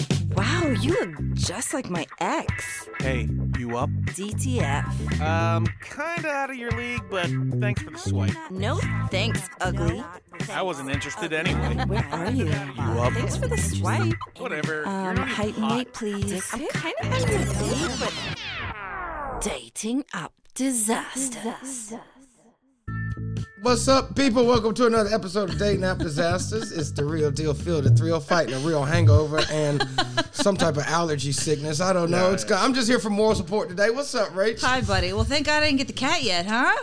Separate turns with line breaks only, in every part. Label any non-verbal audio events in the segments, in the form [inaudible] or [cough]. Ew, you look just like my ex.
Hey, you up?
DTF.
Um, kinda out of your league, but thanks for the swipe.
No thanks, ugly.
I wasn't interested anyway.
Where are you?
up?
Thanks for the swipe.
Whatever. You're
Um,
not even
height and
hot.
weight, please. I'm kind of on your date, but dating up disasters.
What's up, people? Welcome to another episode of Dating App Disasters. It's the real deal, Phil, the thrill fighting a real hangover and some type of allergy sickness. I don't know. It's got, I'm just here for moral support today. What's up, Rach?
Hi, buddy. Well, thank God I didn't get the cat yet, huh?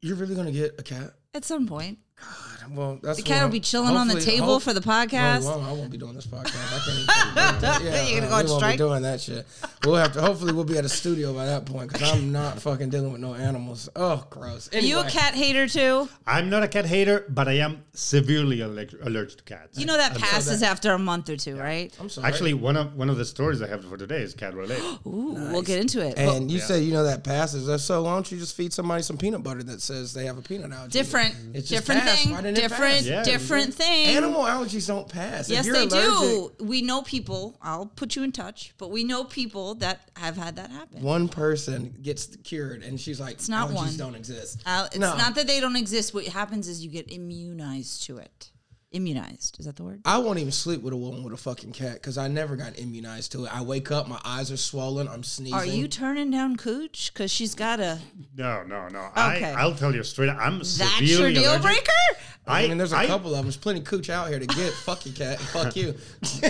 You're really gonna get a cat?
At some point,
Well, that's
the cat will be chilling on the table for the podcast.
Well, I won't be doing this podcast. I can't. Even tell you about
[laughs]
that. yeah,
You're
uh,
gonna go on
we won't be
strike?
doing that shit. We'll have to. Hopefully, we'll be at a studio by that point because I'm not fucking dealing with no animals. Oh, gross.
Are
Anyway,
you a cat hater too?
I'm not a cat hater, but I am severely allerg- allergic to cats.
You know that passes after a month or two, right?
I'm sorry.
Actually, one of one of the stories I have for today is cat
[gasps]
related.
Ooh, we'll get into it. Well,
And you say you know that passes us, so why don't you just feed somebody some peanut butter that says they have a peanut allergy?
different,
It just
different
passed. Why
thing,
didn't it
different,
pass?
Yeah.
different thing.
Animal allergies don't pass. If
Yes,
you're
they
allergic-
do. We know people. I'll put you in touch, but we know people that have had that happen.
One person gets cured, and she's like, it's
not
allergies
one.
don't exist.
Uh, it's
No.
not that they don't exist. What happens is you get immunized to it. Immunized is that the word?
I won't even sleep with a woman with a fucking cat because I never got immunized to it. I wake up, my eyes are swollen, I'm sneezing.
Are you turning down Cooch? Because she's got a.
No, no, no.
Okay.
I, I'll tell you straight. up, I'm
That's your
severely
deal
allergic.
breaker?
I,
I mean, there's a
I-
couple of them. There's plenty of cooch out here to get. fuck you,
[laughs]
cat. and Fuck you. [laughs]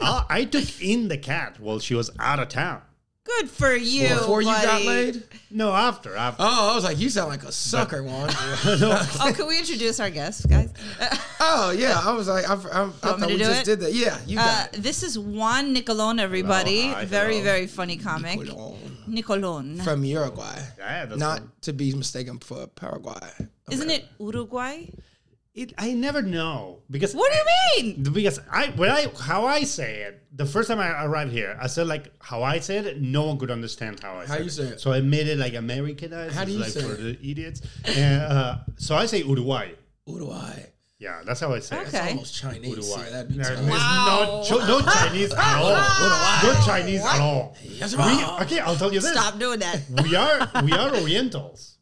I, I took in the cat while she was out of town.
Good for you.
Before you got
buddy.
laid?
No, after after.
Oh, I was like, you sound like a
[laughs]
sucker, Juan.
Oh, can we introduce our guest, guys? Uh,
oh, yeah. I was like, I, I, I thought
me to
we
do
just
it?
did that. Yeah, you
uh,
got it.
this is Juan Nicolon, everybody.
Hello, hi,
very,
hello.
very funny comic.
Put it on.
Nicolon.
From Uruguay.
Yeah, that's
Not
one.
to be mistaken for Paraguay.
Isn't it Uruguay?
It, I never know because
What do you
[laughs]
mean?
Because I when I how I say it the first time I arrived here I said like how I said it no one could understand how I
How
said
you
it.
say it?
so I made it like Americanized
How do
it's
you
like
say
for
it?
the idiots and, uh, so I say Uruguay
Uruguay.
yeah that's how I say it.
Okay.
It's almost Chinese.
Uruguay
Yeah, that'd be
no,
tough.
it's not Chi- no Chinese at all no Chinese at all
Yes,
we,
wow.
okay I'll tell you this
Stop doing that.
we are we are Orientals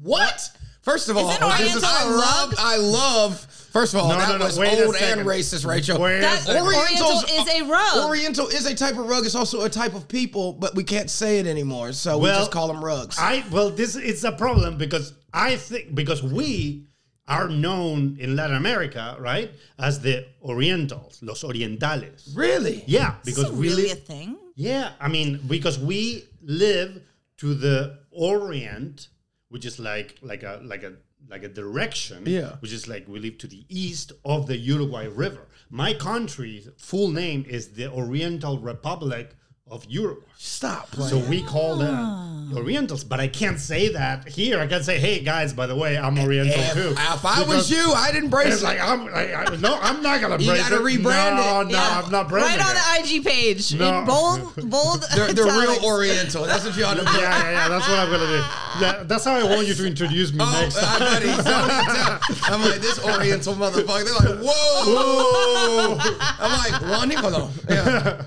What? First of all,
Isn't
this
Oriental
I
a
love,
rug?
I love. First of all,
No,
Oh, that
no, no,
was
wait a
old and
second.
racist, Rachel.
Wait a
That-
second.
Oriental
Orientals-
is a rug.
Oriental is a type of rug. It's also a type of people, but we can't say it anymore, so we
Well,
just call them rugs.
I well, this it's a problem because I think because we are known in Latin America, right, as the Orientals, los Orientales.
really?
Yeah,
Is
because
it
we
really a
live.
thing?
Yeah, I mean because we live to the Orient, which is like like a like a like a direction.
Yeah.
which is like we live to the east of the Uruguay River. My country's full name is the Oriental Republic of Uruguay.
Stop playing.
So we call
Ah.
them Orientals, but I can't say that here. I can't say, "Hey guys, by the way, I'm Oriental
if,
too."
if I was
Because
you, I'd embrace
it's
it.
like I'm. Like, I, no, I'm not gonna.
You
brace
gotta
it.
rebrand
no,
it.
No, I'm not branding.
Right on
it.
the IG page
No.
in bold, bold.
they're, they're
italics.
real Oriental. That's what you ought to be.
yeah, yeah, yeah. That's what I'm gonna do. Yeah, that's how I want you to introduce me
Oh,
next time.
uh,
I bet he's don't he [laughs] tell. I'm like this Oriental motherfucker. They're
[laughs]
like, whoa. I'm like Juan Nicolo. Yeah,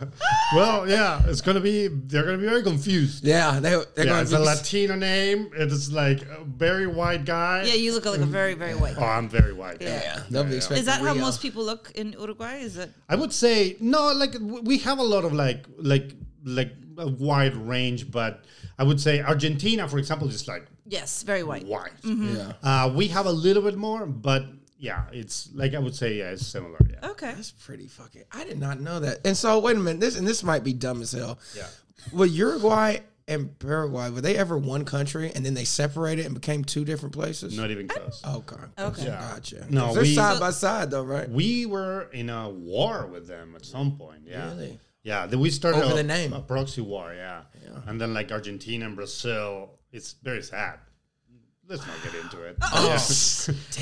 Well, yeah, it's gonna be. They're gonna be very confused.
yeah. They, they're
Yeah,
going
it's
to
a
be
Latino name. It's like a very white guy.
Yeah, you look like a very, very white.
Oh, I'm very white.
Yeah.
Yeah, they'll be expecting.
Is that how
Rio.
most people look in Uruguay? Is it?
I would say no. Like w- we have a lot of like like like a wide range, but I would say Argentina, for example, is like
Yes, very white.
wide.
Mm-hmm.
Yeah,
Uh, we have a little bit more, but yeah, it's like I would say yeah, it's similar. Yeah.
Okay.
that's pretty fucking. I did not know that. And so wait a minute. This and this might be dumb as hell.
Yeah.
Were Uruguay and Paraguay were they ever one country and then they separated and became two different places?
Not even close.
Okay.
Okay.
Yeah.
Gotcha.
No,
'Cause they're
we-
side by side though, right?
We were in a war with them at some point. Yeah.
Really?
Yeah. Then we started
Over
a,
the name.
a proxy war. Yeah. And then like Argentina and Brazil, it's very sad. Let's not get into
[gasps]
it. [laughs]
Oh,
Yeah. But,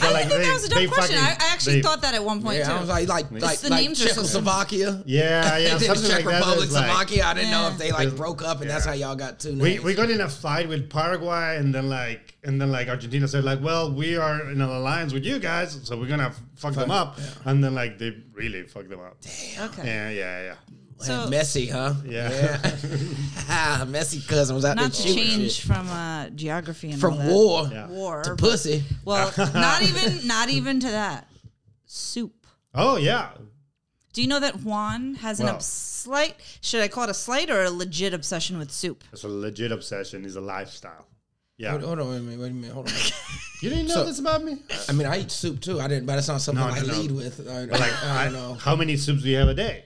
I didn't think
like, they-
that was a dumb
they
question. I,
fucking-
I actually
they-
thought that at one point
Yeah,
too.
I was like, like, like,
the
like
names are so-
Czechoslovakia.
Yeah,
[laughs]
yeah,
Then
something
Czech
like that.
Republic,
It's like-
Slovakia. I didn't know
Yeah.
if they like broke up, and that's how y'all got two names.
We, we got in a fight with Paraguay, and then like and then like Argentina said like, well, we are in an alliance with you guys, so we're gonna f- fuck them up, and then like they really fucked them up.
okay.
Yeah, yeah, yeah.
So-
messy, huh?
Yeah.
yeah. [laughs] messy cousin was out there
Not to
shooting
change
shit.
from uh, geography and all
from
that.
war
Yeah.
War.
to pussy.
Well,
[laughs]
not even not even to that. Soup.
Oh yeah.
Do you know that Juan has an
Wow.
obs- slight? Should I call it a slight or a legit obsession with soup?
It's a legit obsession. It's a lifestyle. Yeah.
Hold, hold on, wait a minute, wait a minute, hold on.
You didn't know
So-
this about me?
I mean, I eat soup too. I didn't, but that's not something
No,
I
no, no.
lead with. I,
But like,
I don't
I-
know.
How many soups do you have a day?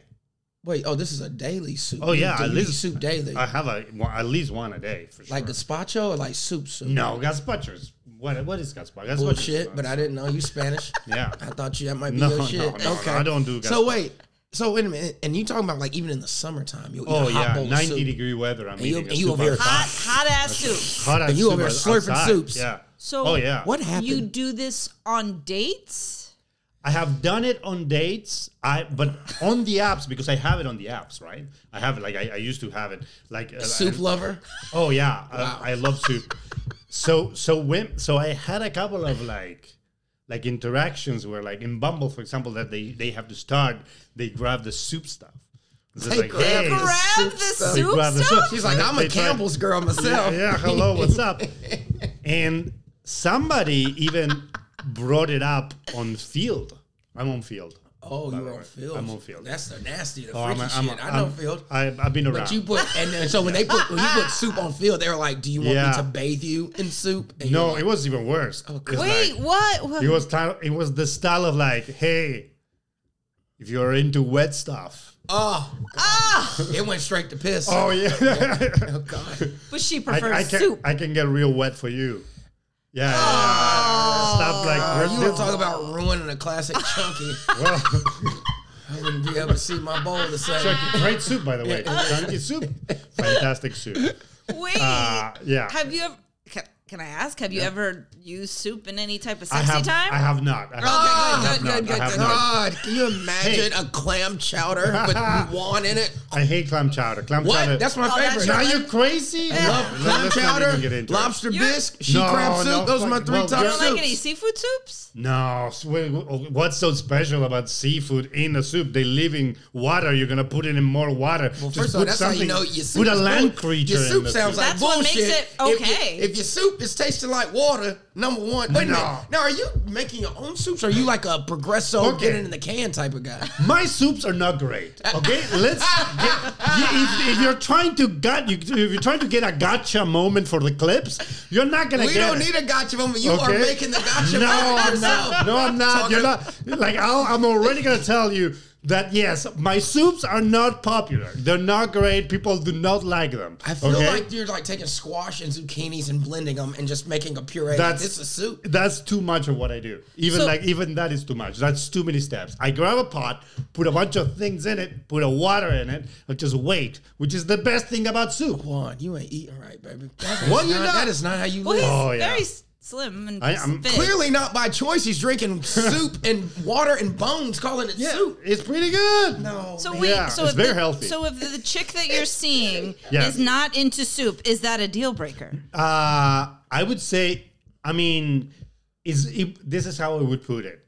Wait, oh, this is a daily soup.
Oh,
You
yeah,
do-
at
you eat
least-
soup daily,
I have a well, at least one a day for sure.
like gazpacho or like soup soup.
no, gazpacho's. What what is gazpacho? Gazpacho's
bullshit.
not-
But I didn't know you Spanish.
Yeah.
I thought you that might be
No,
your
no,
shit.
no, no,
okay,
I don't do
So
gazpacho.
wait, so wait a minute, and you talking about like even in the summertime? You'll eat
Oh
a hot
yeah,
bowl of
ninety
soup.
degree weather. I'm
And you-
eating a
and you
soup
over here-
outside.
Hot, hot ass soup.
hot
and you
soup
over here
outside.
slurping soups.
Yeah,
So
oh yeah.
What happened?
You do this on dates?
I have done it on dates. I but on the apps because I have it on the apps, right? I have it like I, I used to have it like uh,
soup
and-
lover.
Oh yeah, I, I love soup. So so when so I had a couple of like like interactions where like in Bumble, for example, that they they have to start, they grab the soup stuff. It's just
They
like,
grab
hey,
the
this-
Grab
soup
the
stuff.
They
soup
grab the
stuff?
soup.
She's like,
They-
I'm a
they try-
Campbell's girl
yeah,
myself.
yeah, hello, what's up?
[laughs]
And somebody even brought it up on field. I'm on field.
Oh,
by
you
the
were on
way.
field.
I'm on field.
That's the nasty, the
Oh,
freaky
I'm a-
shit.
I'm
I
a-
know
I'm-
field.
I, I've been around.
But you put and then, so when they put when you put soup on field, they were like, "Do you want me
Yeah.
to bathe you in soup?" And
no,
you're
it was even worse. It's
Wait,
like-
what? What?
It was style, it was the style of like, hey, if you're into wet stuff.
oh,
Ah,
[laughs]
it went straight to piss.
Oh yeah.
Oh, God.
but she
[laughs] I,
prefers
I can
soup.
I can get real wet for you. Yeah. yeah, yeah. Stuff like
You were talking about ruining a
[laughs]
classic chunky.
[laughs] well,
I wouldn't be able to see my bowl the same.
chunky- great soup by the way. Chunky soup. Fantastic
[laughs]
soup.
Wait,
Uh, yeah.
have you ever? Can, can I ask? Have you ever used soup in any type of
I
sexy
have
time?
I have not. I
Oh,
have not. I
[laughs] good,
have
good,
not. I
good,
have
good, Oh.
not.
God, can you imagine a clam chowder
[laughs]
with wan in it?
I hate clam chowder. Clam chowder.
What? That's my
Oh,
favorite.
that's your-
Are you crazy?
Love
No,
clam
let's not even get
chowder,
into it.
lobster
You're-
bisque, she
No,
crab soup.
no,
Those are my
fuck-
three
well,
top
you
you're
don't
soups.
like any seafood soups?
No, s- wh- wh- what's so special about seafood in a soup? They live in water. You're gonna put it in more water.
Well,
Just
first of all,
put
that's how you
something-
know your soup.
Put a
is
land
bull-
creature.
Your
in
soup
the
sounds like
That's what
bullshit.
makes it
If you-
okay.
If, your soup is tasting like water, number one. Wait
No.
a minute. Now, are you making your own soups? Or are you like a progresso
Okay.
get it in the can type of [laughs] guy?
My soups are not great. Okay, let's. Get, you- if, if you're trying to gut, you, if you're trying to get a gotcha moment for the clips, you're not gonna
We
get.
don't
it.
need a gotcha moment. You
Okay.
are making the gotcha
No,
moment
I'm
yourself.
not. No, I'm not. You're
Talking-
not. Like I'll, I'm already gonna tell you that yes, my soups are not popular. They're not great. People do not like them.
I feel like you're like taking squash and zucchinis and blending them and just making a puree.
That's-
it's a soup.
that's too much of what I do. Even
So-
like even that is too much. That's too many steps. I grab a pot, put a bunch of things in it, put a water in it, and just wait, which is the best thing about soup.
Juan, you ain't eating right, baby. That is
What you
not-
got?
That is not how you
Well, he's
live.
Oh, yeah.
very s- slim and
I- I'm
fit.
Clearly not by choice. He's [laughs] drinking soup and water and bones, calling it soup.
It's pretty good.
No.
So
man.
wait,
Yeah,
so
it's
if
very
the,
healthy.
So if the chick that you're seeing
[laughs] Yeah.
is not into soup, is that a deal breaker?
Uh, I would say, I mean, is it, this is how I would put it.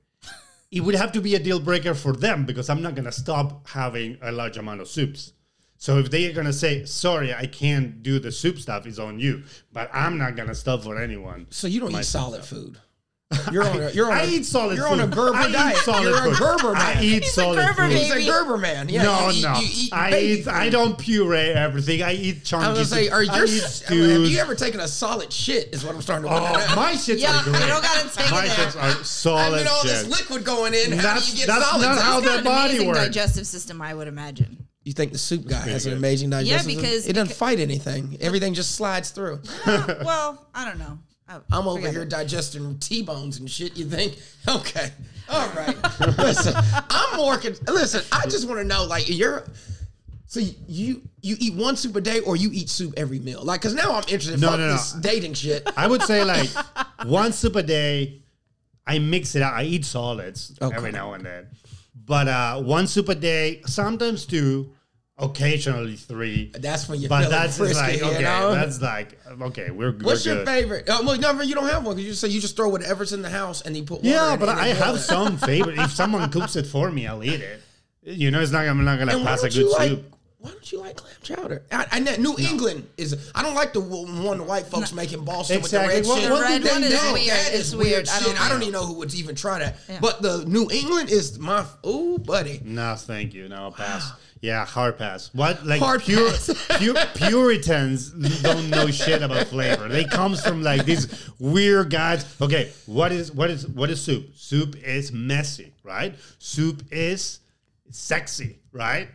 It would have to be a deal breaker for them because I'm not gonna stop having a large amount of soups. So if they are gonna say, "Sorry, I can't do the soup stuff," it's on you. But I'm not gonna stop for anyone.
So you don't eat solid
[laughs]
food. You're on a, you're on
I
a-
eat solid
You're
food.
on a Gerber
I eat
diet.
solid
you're
food.
a Gerber
I
man.
He's
eat
a
solid
Gerber
food.
He's
baby.
a Gerber man. Yeah,
no,
you eat,
no.
You eat
I
baby
eat. I don't puree everything. I eat chunky.
I was gonna say,
soup.
are
I
your,
eat
I mean, have you
stews.
ever taken a solid shit? Is what I'm starting to wonder.
Oh,
now.
my shits
Yeah,
are great.
you don't gotta take it
my
there.
shits are
I
solid.
mean, all
shit.
this liquid going in. How do
That's-
you get
that's
solids?
not
out?
how
Got
their
an
body
amazing
works.
digestive system, I would imagine.
You think the soup guy has an
good.
amazing digestive
Yeah,
system?
because-
it doesn't
because-
fight anything. Everything just slides through.
Uh,
[laughs]
well, I don't know. I-
I'm over
forget
here
it.
digesting T-bones and shit. You think? [laughs] Okay, all
[laughs]
right. listen, I'm more. Con- listen, I just want to know, like, you're. So you you eat one soup a day, or you eat soup every meal? Like, cause now I'm interested.
No,
Fuck
no, no.
this dating
[laughs]
shit.
I would
[laughs]
say like one soup a day. I mix it out. I eat solids
Okay.
every now and then, but uh, one soup a day, sometimes two, occasionally three.
That's when you
But
feel
that's
frisky,
like
you
okay.
know?
That's like okay. We're, we're
What's your
good.
favorite? Oh, well, never. You don't have one because you say you just throw whatever's in the house and you put. Water
Yeah,
in
but
it and
I
boil
have
it.
some favorite. If someone cooks it for me, I'll eat it. You know, it's not. I'm not gonna
And why
pass a
don't
good
you like
soup.
Why don't you like clam chowder? I, I know New England is. I don't like the w- one the white folks make in Boston
Exactly.
with the
Well,
red shit.
The red
They
one is
know
weird.
That
It's
is weird
weird. I
shit. I
don't
don't,
know.
even know who would even try that.
Yeah.
But the New England is my. f- Ooh, buddy.
No, thank you. No pass. Yeah, hard pass. What like
Hard
pure,
pass. [laughs]
pure Puritans don't know shit about flavor. They comes from like these weird guys. Okay, what is what is what is soup? Soup is messy, right? Soup is sexy, right?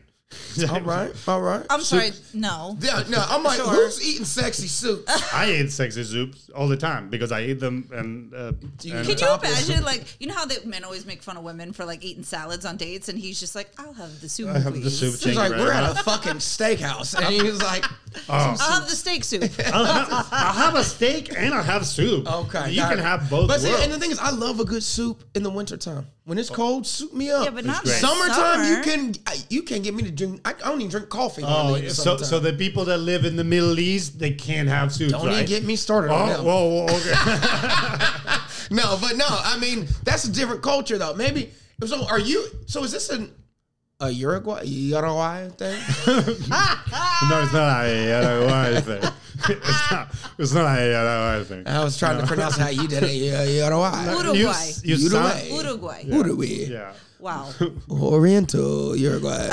All right, all right.
I'm sorry. No.
Yeah, no, I'm like,
Sure.
who's eating sexy
[laughs]
soup?
[laughs] I eat sexy soups all the time because I eat them and. Uh,
you
and-
eat
Could you
Tapas.
imagine, like,
[laughs]
you know how the men always make fun of women for like eating salads on dates, and he's just like, "I'll have the soup,
I have the
please.
soup.
He's
thank you
like,
very
we're at
much.
a fucking steakhouse, and he was like,
I'll have the steak soup."
[laughs] I'll have, I'll have a steak and I'll have soup.
okay,
you
got
can
it.
have both.
But see,
worlds. Oh.
and the thing is, I love a good soup in the wintertime. When it's cold, soup me up.
yeah, but not
great.
in
Summertime,
summer.
you can I- you can get me to drink. I, I don't even drink coffee.
Oh,
hardly in the
so so
summertime.
the people that live in the Middle East they can't have soup.
don't even
right?
get me started
Oh,
on them.
whoa, whoa, okay.
No, but no, I mean that's a different culture though. Maybe so. Are you? So is this an a Uruguay Uruguay thing?
[laughs] no, it's not a Yaraguay thing. [laughs] It's not, it's not a Yaraguay thing.
I was trying to pronounce how you
[laughs]
did it. Yeah, Uh, Uruguay.
Uruguay.
You, s- you
Uruguay.
sound,
Uruguay.
Uruguay.
yeah. [laughs]
Wow.
Oriental Uruguay.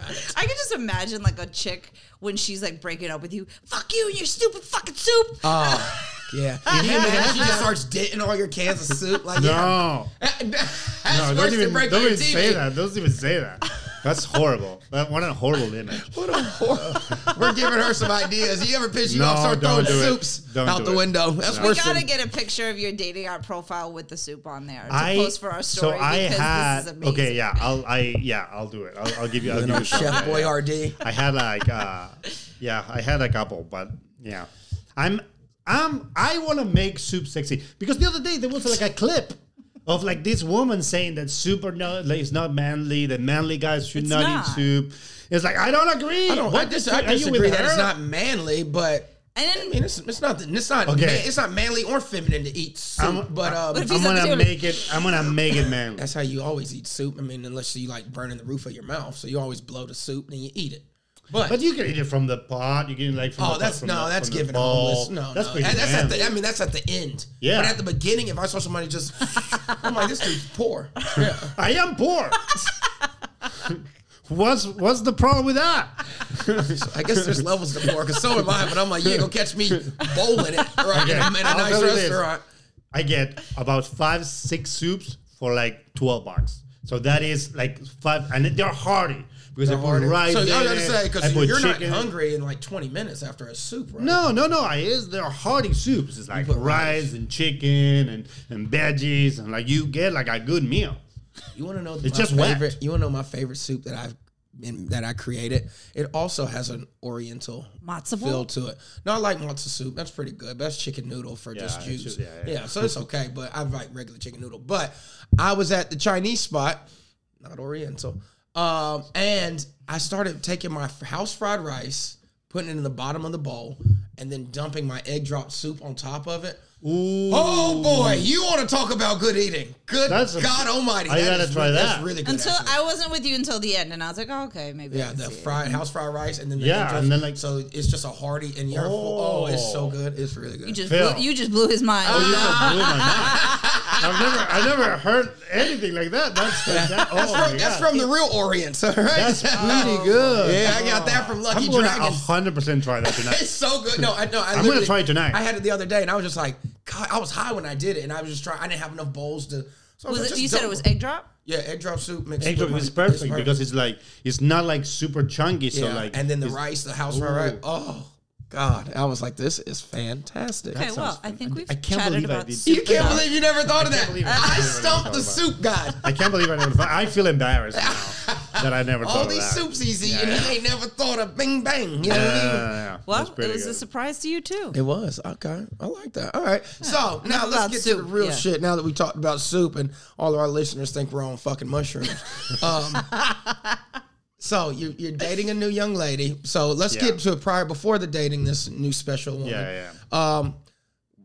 I can just imagine like a chick when she's like breaking up with you. Fuck you and your stupid fucking soup.
Uh,
Oh, yeah. Can you imagine she just starts denting all your cans of soup? Like, yeah.
No,
That's
no,
worse
don't even,
than breaking
don't
your
even
TV.
say that. Don't even say that.
[laughs]
That's horrible. That, what a horrible image.
What a whore. [laughs] We're giving her some ideas. You ever piss you
No,
off, start throwing
don't do it.
soups
Don't
out
do
the
it.
window. That's
we
worse
gotta
than
get a picture of your dating app profile with the soup on there to
I
post for our story.
so I
because
had
this is amazing.
okay, yeah, I'll I yeah, I'll do it. I'll, I'll give you. I'll give you something.
Chef Boyardee.
I had like uh yeah, I had a couple, but yeah. I'm I'm I wanna make soup sexy. Because the other day there was like a clip of like this woman saying that soup are not like, is not manly, that manly guys should
It's
not,
not.
eat soup. It's like I don't agree.
I don't. I, dis- I
are you with
disagree that
her?
it's not manly, but
And
I
then-
mean, it's, it's not. It's not.
Okay.
Man, it's not manly or feminine to eat soup.
I'm-
but um,
But if
I'm
he's not
gonna
doing it-
make it I'm gonna
[laughs]
make it manly.
that's how you always eat soup. I mean, unless you like burning the roof of your mouth, so you always blow the soup and you eat it. But,
But you can eat it from the pot. You can like from the
oh,
pot,
that's
from
no,
the-
that's
from the
giving
bowl.
homeless. No,
that's
no.
pretty
And that's at
manly.
the, I mean, that's at the end.
Yeah.
But at the beginning, if I saw somebody just, I'm like, this dude's poor. Yeah.
I
[laughs]
am poor. [laughs] what's what's the problem with that?
I guess there's levels to poor, because so am I. But I'm like, you ain't gonna catch me bowling it right
Okay,
in a- in a
I'll
nice
tell you this.
restaurant.
I get about five, six soups for like twelve bucks. So that is like five, and they're hearty because I put
Harder.
rice.
so
in
I gotta
it,
say,
I
because
put
you're
chicken.
not hungry in like 20 minutes after a soup, right?
No, no, no. I is they're hearty soups. It's like
put
rice,
rice.
and chicken and and veggies, and like you get like a
[laughs]
good meal.
You want to know?
It's
my
just wet.
favorite, You want to know my favorite soup that I've been, that I created? It also has an Oriental
Matzo ball?
feel to it. No, I like matzo soup. That's pretty good. That's chicken noodle for just
it's
juice.
just-
yeah,
yeah, yeah.
so
[laughs]
it's okay. But I like regular chicken noodle. But I was at the Chinese spot, not Oriental, um, and I started taking my f- house fried rice, putting it in the bottom of the bowl, and then dumping my egg drop soup on top of it.
Ooh,
Oh boy, you want to talk about good eating? Good
That's a-
God Almighty!
I
that
gotta
is
try
re- That's
that.
really good.
Until
actually.
I wasn't with you until the end, and I was like, oh, okay, maybe.
yeah,
I can
the
see it.
fried house fried rice, and then the
Yeah,
angels.
and then, like-
so it's just a hearty and you're full. Oh, it's so
Oh.
good. It's really good.
You just
Phil. Oh,
blew, you just blew his mind.
You just blew my mind. I've never, I never heard anything like
[laughs]
that. That's that, that- oh
that's,
my
from, that's
God.
from the real Orient, [laughs] all right?
That's pretty good.
yeah, I got that from Lucky
I'm gonna
Dragons.
100 percent try that
[laughs]
tonight.
It's so good. No, I know. I
gonna
literally-
try it tonight.
I had it the other day, and I was just like, God, I was high when I did it, and I was just trying. I didn't have enough bowls to. So I
was
like,
it,
just
you said
dump
it was
them.
egg drop?
Yeah, egg drop soup mixed.
Egg drop
with
is
my-
perfect, because it's like it's not like super chunky. So
Yeah,
like,
and then the
it's-
rice, the house fried rice. Oh God, I was like, this is fantastic.
Okay, well, I think we've
I can't
chatted
believe I
about
did-
You
soup.
can't
enough.
believe you never thought of that.
believe I never
I
even
stumped
thought
the
about
soup god.
[laughs] I can't believe I never. I feel embarrassed now [laughs] that I never.
All
thought of
these
that.
soups he's
Yeah,
eating,
yeah.
he ain't never thought of bing bang. You know what I
Yeah, yeah,
mean?
yeah, yeah. That's
Well, it
pretty
was a
good.
surprise to you too.
It was okay. I like that. All right. So now let's
about
get to the
soup,
real
yeah.
shit. Now that we talked about soup, and all of our listeners think we're on fucking
[laughs]
mushrooms. um, so you're, you're dating a new young lady. So let's
Yeah.
get to it prior before the dating this new special woman.
Yeah, yeah.
Um,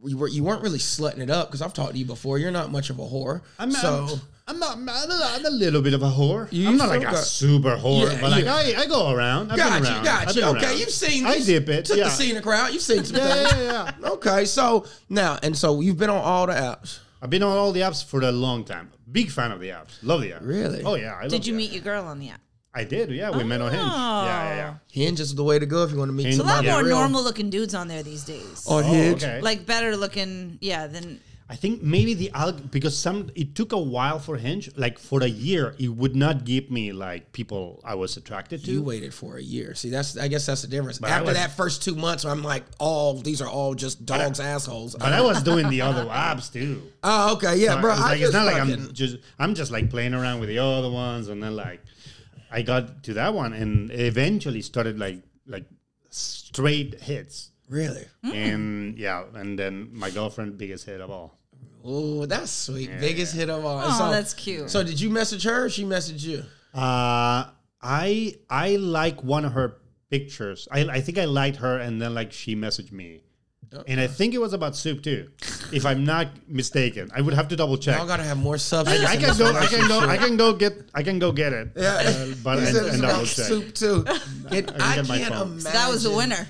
you, were, you weren't really slutting it up because I've talked to you before. You're not much of a whore.
I'm-
so
I'm- I'm not. I'm a, I'm a little bit of a whore.
You
I'm not
still
like a
got-
super whore,
Yeah,
but like
yeah.
I, I go around. I've
Got
been
you,
around.
got
I've
you.
been
Okay,
around.
you've seen.
I
you've
dip it.
Took
yeah.
the scenic route. You've seen some
Yeah,
things.
yeah, yeah.
Okay, so now and so you've been on all the apps.
I've been on all the apps for a long time. Big fan of the apps. Love the apps.
Really?
Oh yeah. I love
Did you
the
meet
apps.
your girl on the app?
I did. Yeah, we met on Hinge. Yeah, yeah, yeah.
Hinge is the way to go if you want to meet
Hinge.
A lot
somebody
Yeah.
more
real. Oh,
normal looking dudes on there these days.
on Hinge.
Oh, okay.
Like better looking, yeah, than
I think maybe the alg because some it took a while for Hinge. Like for a year, it would not give me like people I was attracted to.
You waited for a year. See, that's I guess that's the difference.
I
After
was-
that first two months, I'm like, all these are all just dogs assholes.
but I was doing the other apps too.
oh, okay, yeah, bro.
It's,
I
like,
just
it's not like
fucking-
I'm just I'm just like playing around with the other ones, and then like I got to that one, and eventually started like like straight hits,
really.
and yeah, and then my girlfriend biggest hit of all.
Oh, that's sweet. Biggest hit of all.
oh, Hmm? that's cute.
So did you message her? or She messaged you.
Uh, I I like one of her pictures. I I think I liked her, and then like she messaged me. And I think it was about soup too, if I'm not mistaken. I would have to double check.
Y'all gotta have more substance.
I
in
can
this
go. I can go.
relationship.
I can go get. I can go get it.
[laughs] Yeah,
Uh, but
he
and,
said it's
and double
about
check.
soup
[laughs]
too. It, I,
get my
can't
phone.
imagine.
So that was a winner.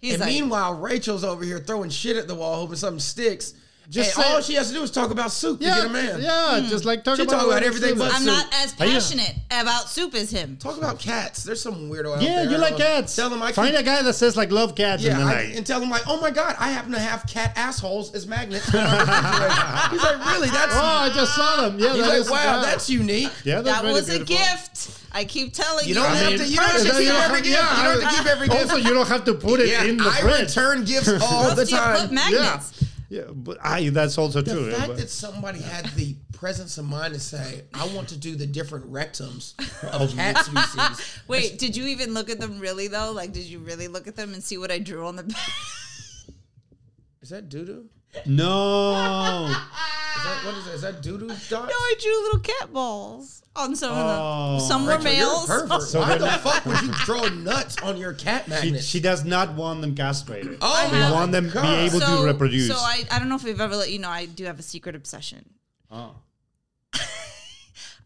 He's
And
like,
meanwhile, Rachel's over here throwing shit at the wall, hoping something sticks.
Just
and
say-
all she has to do is talk about soup to get a man. Hmm.
yeah. Just like talk
She
about,
talk about everything but-
I'm not as
Are you-
passionate about soup as him.
Talk about cats. There's some weirdo out
yeah,
there.
you like
Uh,
cats.
Tell them I
find
keep,
a guy that says like love cats, and
yeah,
then
I-
like
and tell them like, oh my god, I happen to have cat assholes as magnets. in our
[laughs]
refrigerator." He's like, really? That's.
oh, I just saw them. Yeah,
he's
that
like,
is-
wow,
yeah.
that's unique.
yeah, that's
That
really
was a
beautiful.
gift. I keep telling you.
You don't
I
have
mean,
to. You don't have to
yeah,
keep every gift. You
yeah,
don't have to keep every gift.
Also, Oh, you don't have to put it
Yeah,
in the
I
fridge.
return gifts
[laughs]
all the
Do you put
time.
yeah,
magnets?
yeah, but I that's also true.
The fact
but-
that somebody had the presence of mind to say, "I want to do the different rectums of cat species."
Wait, did you even look at them really though? Like, did you really look at them and see what I drew on the back?
[laughs]
[laughs]
Is that doo doo? [laughs]
no,
Is that what is that? Is that doo doo dots? No,
No, I drew little cat balls on some of
Oh.
them. Some were
You're a
males.
pervert.
So
Why
they're
the
not-
fuck would [laughs] you draw nuts on your cat
she,
magnet?
she does not want them castrated.
oh,
She
my
want them to be
God.
able to reproduce.
So I, I don't know if we've ever let you know. I do have a secret obsession.
Oh.
[laughs]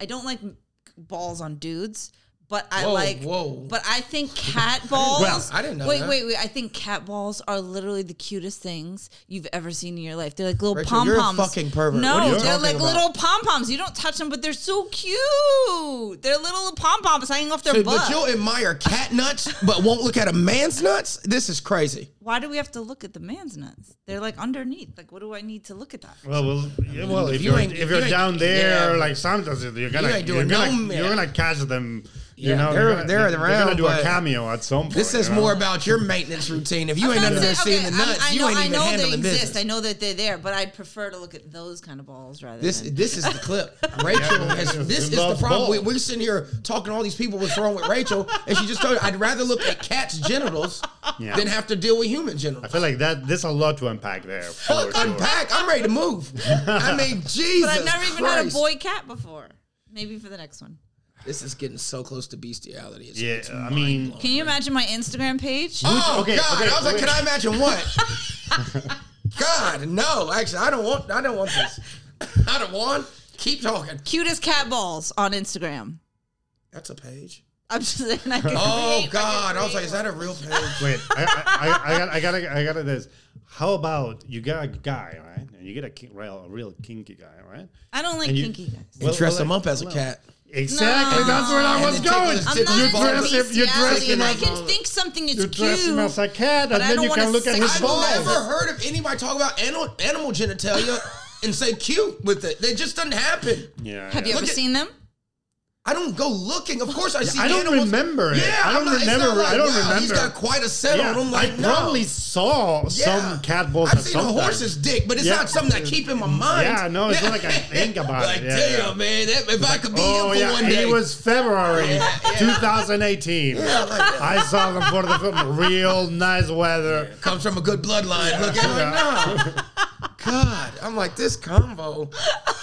I don't like m- balls on dudes, but I
Whoa,
like.
whoa.
But I
[laughs]
think cat balls.
I didn't know
Wait,
that.
wait, wait. I think cat balls are literally the cutest things you've ever seen in your life. They're like little
Rachel,
pom
you're a
poms.
fucking pervert.
No,
What are you
they're
talking
like
about?
little pom poms. You don't touch them, but they're so cute. They're little pom poms hanging off their
Dude,
butt.
but you'll admire cat nuts, but won't look at a man's nuts. This is crazy.
Why do we have to look at the man's nuts? They're like underneath. Like, what do I need to look at that?
Well, well, yeah, well if,
you
you are
ain't-
if
if
you're
you ain't-
down there,
yeah.
like sometimes you're gonna
You
you
ain't
are
doing
gonna
no
you're
math.
gonna catch them. You
Yeah,
know,
they're-
gonna,
they're
They're
around,
gonna do a
but
cameo at some point.
This says
you know?
more about your maintenance routine. If you ain't under there
That's it.
seeing the
I'm-
nuts,
I
you
know,
ain't
I
even
know they
handling
exist.
business.
I know that they're there, but I'd prefer to look at those kind of balls rather
This
than.
this is the clip. Rachel has this is the
Love
problem. We,
both.
we're sitting here talking to all these people what's wrong with Rachel, and she just told you, I'd rather look at cats' genitals
Yeah.
than have to deal with human
I
genitals.
feel like that. There's a lot to unpack there. for
Fuck,
sure.
I'm back. I'm ready to move. I mean, Jesus.
But I've never even had a
Christ.
boy cat before. Maybe for the next one.
This is getting so close to bestiality. It's,
Yeah,
it's
I mean,
Can you imagine my Instagram page?
Oh
okay,
God!
okay,
I was like,
wait.
can I imagine what? God, no. Actually, I don't want. I don't want this. I don't want. Keep talking.
Cutest cat balls on Instagram.
That's a page.
I'm just saying. I can
[laughs] Oh
create-
God! I was
create
like, is that a real page?
wait. I, I, I, I, got, I gotta, I gotta this. How about you got a guy, right? And you get a ki- real, a real kinky guy, right?
I don't like
And you-
kinky guys.
And dress him
well,
up as a
well.
cat.
Exactly. That's where I
And
was
then take
going.
his
I'm
tickle
not
You
into
dress him. You dress
bestiality,
him
and I
as.
can think something is
You dress him as
cute.
a cat,
but
and
I
then
don't
you
want
can
a
look at his
sexual
balls.
level.
I've never heard of anybody talk about animal, animal
[laughs]
genitalia and say cute with it. That just doesn't happen.
Yeah.
Have you
Look
ever
at-
seen them?
I don't go looking. Of course, I see.
I don't
animals.
remember it.
Yeah,
I
I'm
don't
not- it's
remember-
not like,
I don't
wow, He's
remember.
got quite a set on him. Like,
I
no.
probably saw
Yeah.
some cat balls.
I've
at
seen
some
a
time.
horse's dick, but it's
Yeah.
not something I keep in my mind.
Yeah, no, it's
[laughs]
not like I think about it.
like,
Yeah,
damn,
yeah.
man, that, if I could be
Oh
him for
yeah,
one
and
day.
it was February 2018.
like-
I saw them for the film. Real nice weather.
comes from a good bloodline. Look at him like,
Yeah.
God, I'm like this combo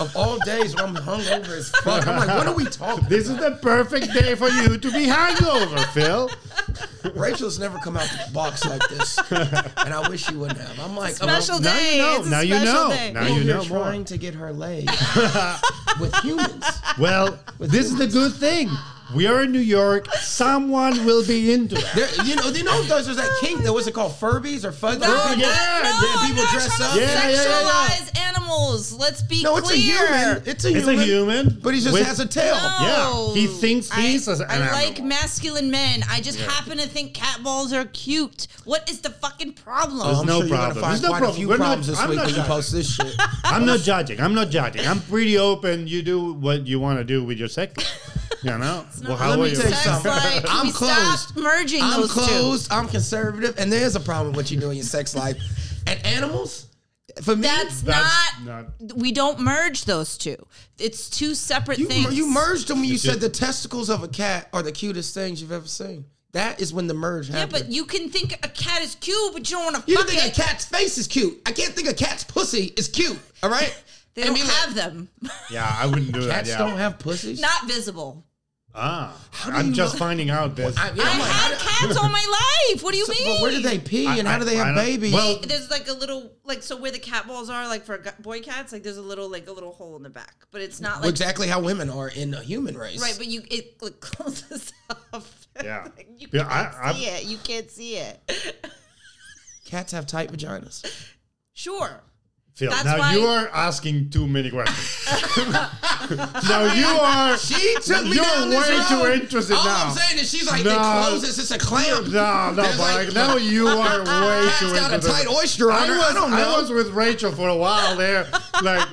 of all days when I'm hungover as fuck. I'm like, what are we talking?
This is the perfect day for you to be hangover, Phil.
Rachel's never come out the box like this, and I wish she wouldn't have. I'm like, oh,
Special
now you
day.
know.
It's a
Now you
special
know.
day.
Now you
you're
know more.
trying to get her [laughs] laid with humans.
Well, this is the good thing. We are in New York. Someone will be into it.
There, you know, you know, there's, there's that kink. Though, what's it called? Furbies or fuzz?
No,
Furbies?
no, no,
Oh, yeah,
people
people
I'm not
dress
trying
up.
to
Yeah, yeah, yeah,
sexualize animals. Let's be
No,
clear.
it's a human. It's a
It's
human.
a human,
But he just
with-
has a tail.
Yeah, he thinks he's
Oh, I,
a- an
I like
animal.
masculine men. I just happen to think cat balls are cute. What is the fucking problem?
There's
I'm
no
sure you're gonna
problem.
find
There's no
quite a
problem.
few
We're not-
problems this
I'm
week
not
when you
shy.
post this shit.
I'm not judging. I'm not judging. I'm pretty open. You do what you want to do with your sex.
[laughs]
You know? Well, how
Let
are
me
you?
tell you
Sex
something.
life. Can
I'm
we
closed.
Stop merging
I'm
those
closed. I'm conservative, and there's a problem with what you do in your sex life. And animals, for me,
two. That's,
That's
not, We don't merge those two. It's two separate
you,
things.
you merged them when you said
just-
the testicles of a cat are the cutest things you've ever seen. That is when the merge
Yeah,
happened.
but you can think a cat is cute, but you don't want to
You
fuck
don't think a
it.
cat's face is cute. I can't think a cat's pussy is cute. All
[laughs]
right?
They
And
don't
be like,
have them.
[laughs]
[laughs]
Yeah, I wouldn't do that.
Cats
Yeah.
don't have pussies.
Not visible.
ah,
do
I'm
you
just
know-
finding out this.
I, yeah,
I
I'm like,
had
how
cats all my life.
[laughs]
What do you
do-
mean?
but where do they pee
I-
and how do they
I- I
have
don't-
babies?
well-
There's like a little, like so where the cat balls are, like for gu- boy cats, like there's a little, like a little hole in the back, but it's not like
exactly how women are in the human race.
right. But you it like, [laughs] closes up.
Yeah.
[laughs] you
Yeah,
can't
I- I'm-
see it. You can't see it.
Cats have tight vaginas.
Sure.
Phil,
That's
now
why-
you are asking too
[laughs]
many questions. now you are.
She took me
You're
down this
way too
road.
interested
All
now.
I'm saying is she's like,
No.
it closes. It's a clamp.
No, no, but
There's [laughs]
like, now you are way
Cat's [laughs]
too
got a
into this.
tight oyster on
I,
her.
was,
I don't know.
was with Rachel for a while there.
[laughs]
Like,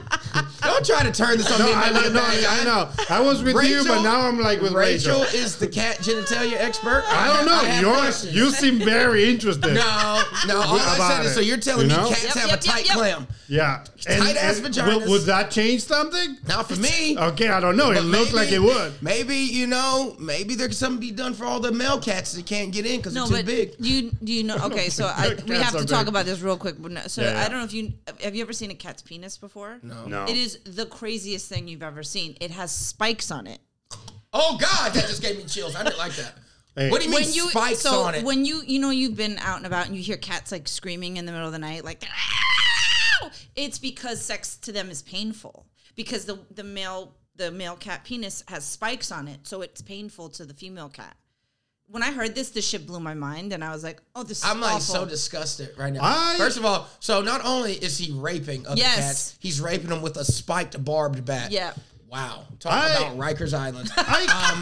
Don't try to turn this on
no,
me. man,
I, no,
with a
no,
bad
I
guy.
know. I was with you, but now I'm like with Rachel.
is the cat genitalia expert.
I don't know.
have
You're,
questions.
you seem very
[laughs]
interested.
no, no. All I
About
said is,
it,
so you're telling
you
me
know?
cats
Yep,
have
yep,
a
yep,
tight
yep.
clam?
Yeah.
Tight-ass vaginas.
Would, would that change something?
Now for me,
Okay, I don't know. It
but
looked Uh, like it would.
Maybe you know, maybe there could something be done for all the male cats that can't get in because
No,
they're too
but
big.
you you
[laughs]
know okay. So I, we
Cats
have
are
to talk
big.
about this real quick. but no- So
Yeah, yeah.
I don't know if you have you ever seen a cat's penis before.
No.
It is the craziest thing you've ever seen. It has spikes on it.
Oh God, that just gave me chills. I didn't like that.
Hey.
What do you mean spikes
so
on it?
When you you know you've been out and about and you hear cats like screaming in the middle of the night like it's because sex to them is painful because the the male the male cat penis has spikes on it so it's painful to the female cat. When I heard this, this shit blew my mind, and I was like, "Oh, this is
I'm like
awful.
so disgusted right now.
I-
First of all, so not only is he raping other
Yes.
cats, he's raping them with a spiked barbed bat.
Yeah.
Wow. Talk
I-
about Rikers Island.
[laughs] I-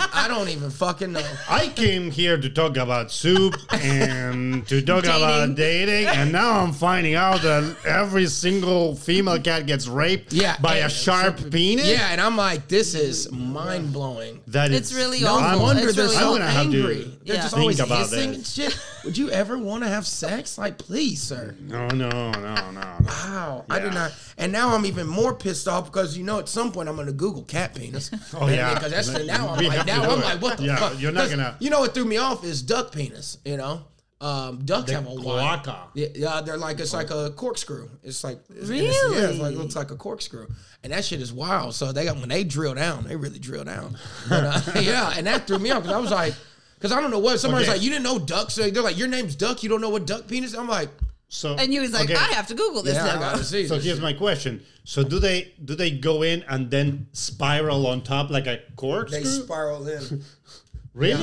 um, I don't even fucking know.
I came here to talk
[laughs]
about soup and to talk about dating, and now I'm finding out that every single female cat gets raped
Yeah,
by a
and-
sharp penis.
Yeah, and I'm like, this is mind blowing.
that is
It's really
No
awful.
wonder
It's
they're
really
I'm
so
gonna have to
angry. They're
Yeah.
just
think
always
about
hissing
that.
and shit. Would you ever want to have sex? Like, please, sir.
No, no, no, no, no.
Wow, I did
Yeah.
not. And now I'm even more pissed off because you know at some point I'm gonna Google cat penis.
[laughs] Oh, yeah.
because that's the, now I'm
We
like
have to
now
do
I'm
it.
like what the
Yeah,
fuck?
you're not
'Cause
gonna-
You know what threw me off is duck penis. You know, um, ducks have a wide.
cloaca.
Yeah, yeah, they're like it's like a corkscrew. It's like it's- and It's, yeah, it's like looks like a corkscrew, and that shit is wild. So they got when they drill down, they really drill down. But, uh, [laughs] yeah, and that threw me off because I was like, because I don't know what somebody's
Okay.
like, you didn't know ducks. They're like, your name's Duck, you don't know what duck penis. I'm like,
So
And you was like,
okay,
"I have to Google this
yeah, I
now."
gotta see.
So
this
here's
shit."
my question: So do they do they go in and then spiral on top like a
they
corkscrew?
spiral in.
really?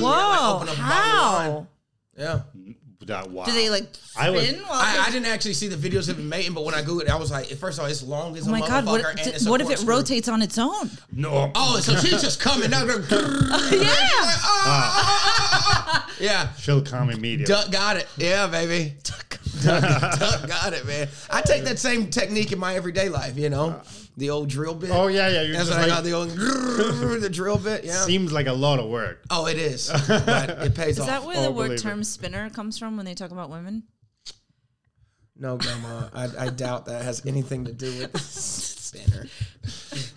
[laughs] Whoa!
open a bottle of
how
wine. [laughs] Yeah.
That wow.
do they like
I
spin?
was-
while
I, I
they-
didn't actually see the videos of it mating, but when I Googled it, I was like, first of all, it's long as
oh
a
my
motherfucker.
god! What,
and
d-
it's a
what if it
corkscrew.
rotates on its own?
No.
Oh, so she's just coming out. there. [laughs]
yeah.
yeah.
She'll come immediately.
Duck got it. Yeah, baby. [laughs] Duck, duck, duck got it, man. I take that same technique in my everyday life, you know? The old drill bit.
Oh yeah, yeah. You're
That's
just
what I got,
like,
the old [laughs] the drill bit. Yeah.
seems like a lot of work.
oh, it
[laughs]
is. But it pays
Is
off.
that where
Oh,
the word
believe it.
term spinner comes from when they talk about women?
No, Grandma, I, I doubt that has anything to do
[laughs]
with spinner.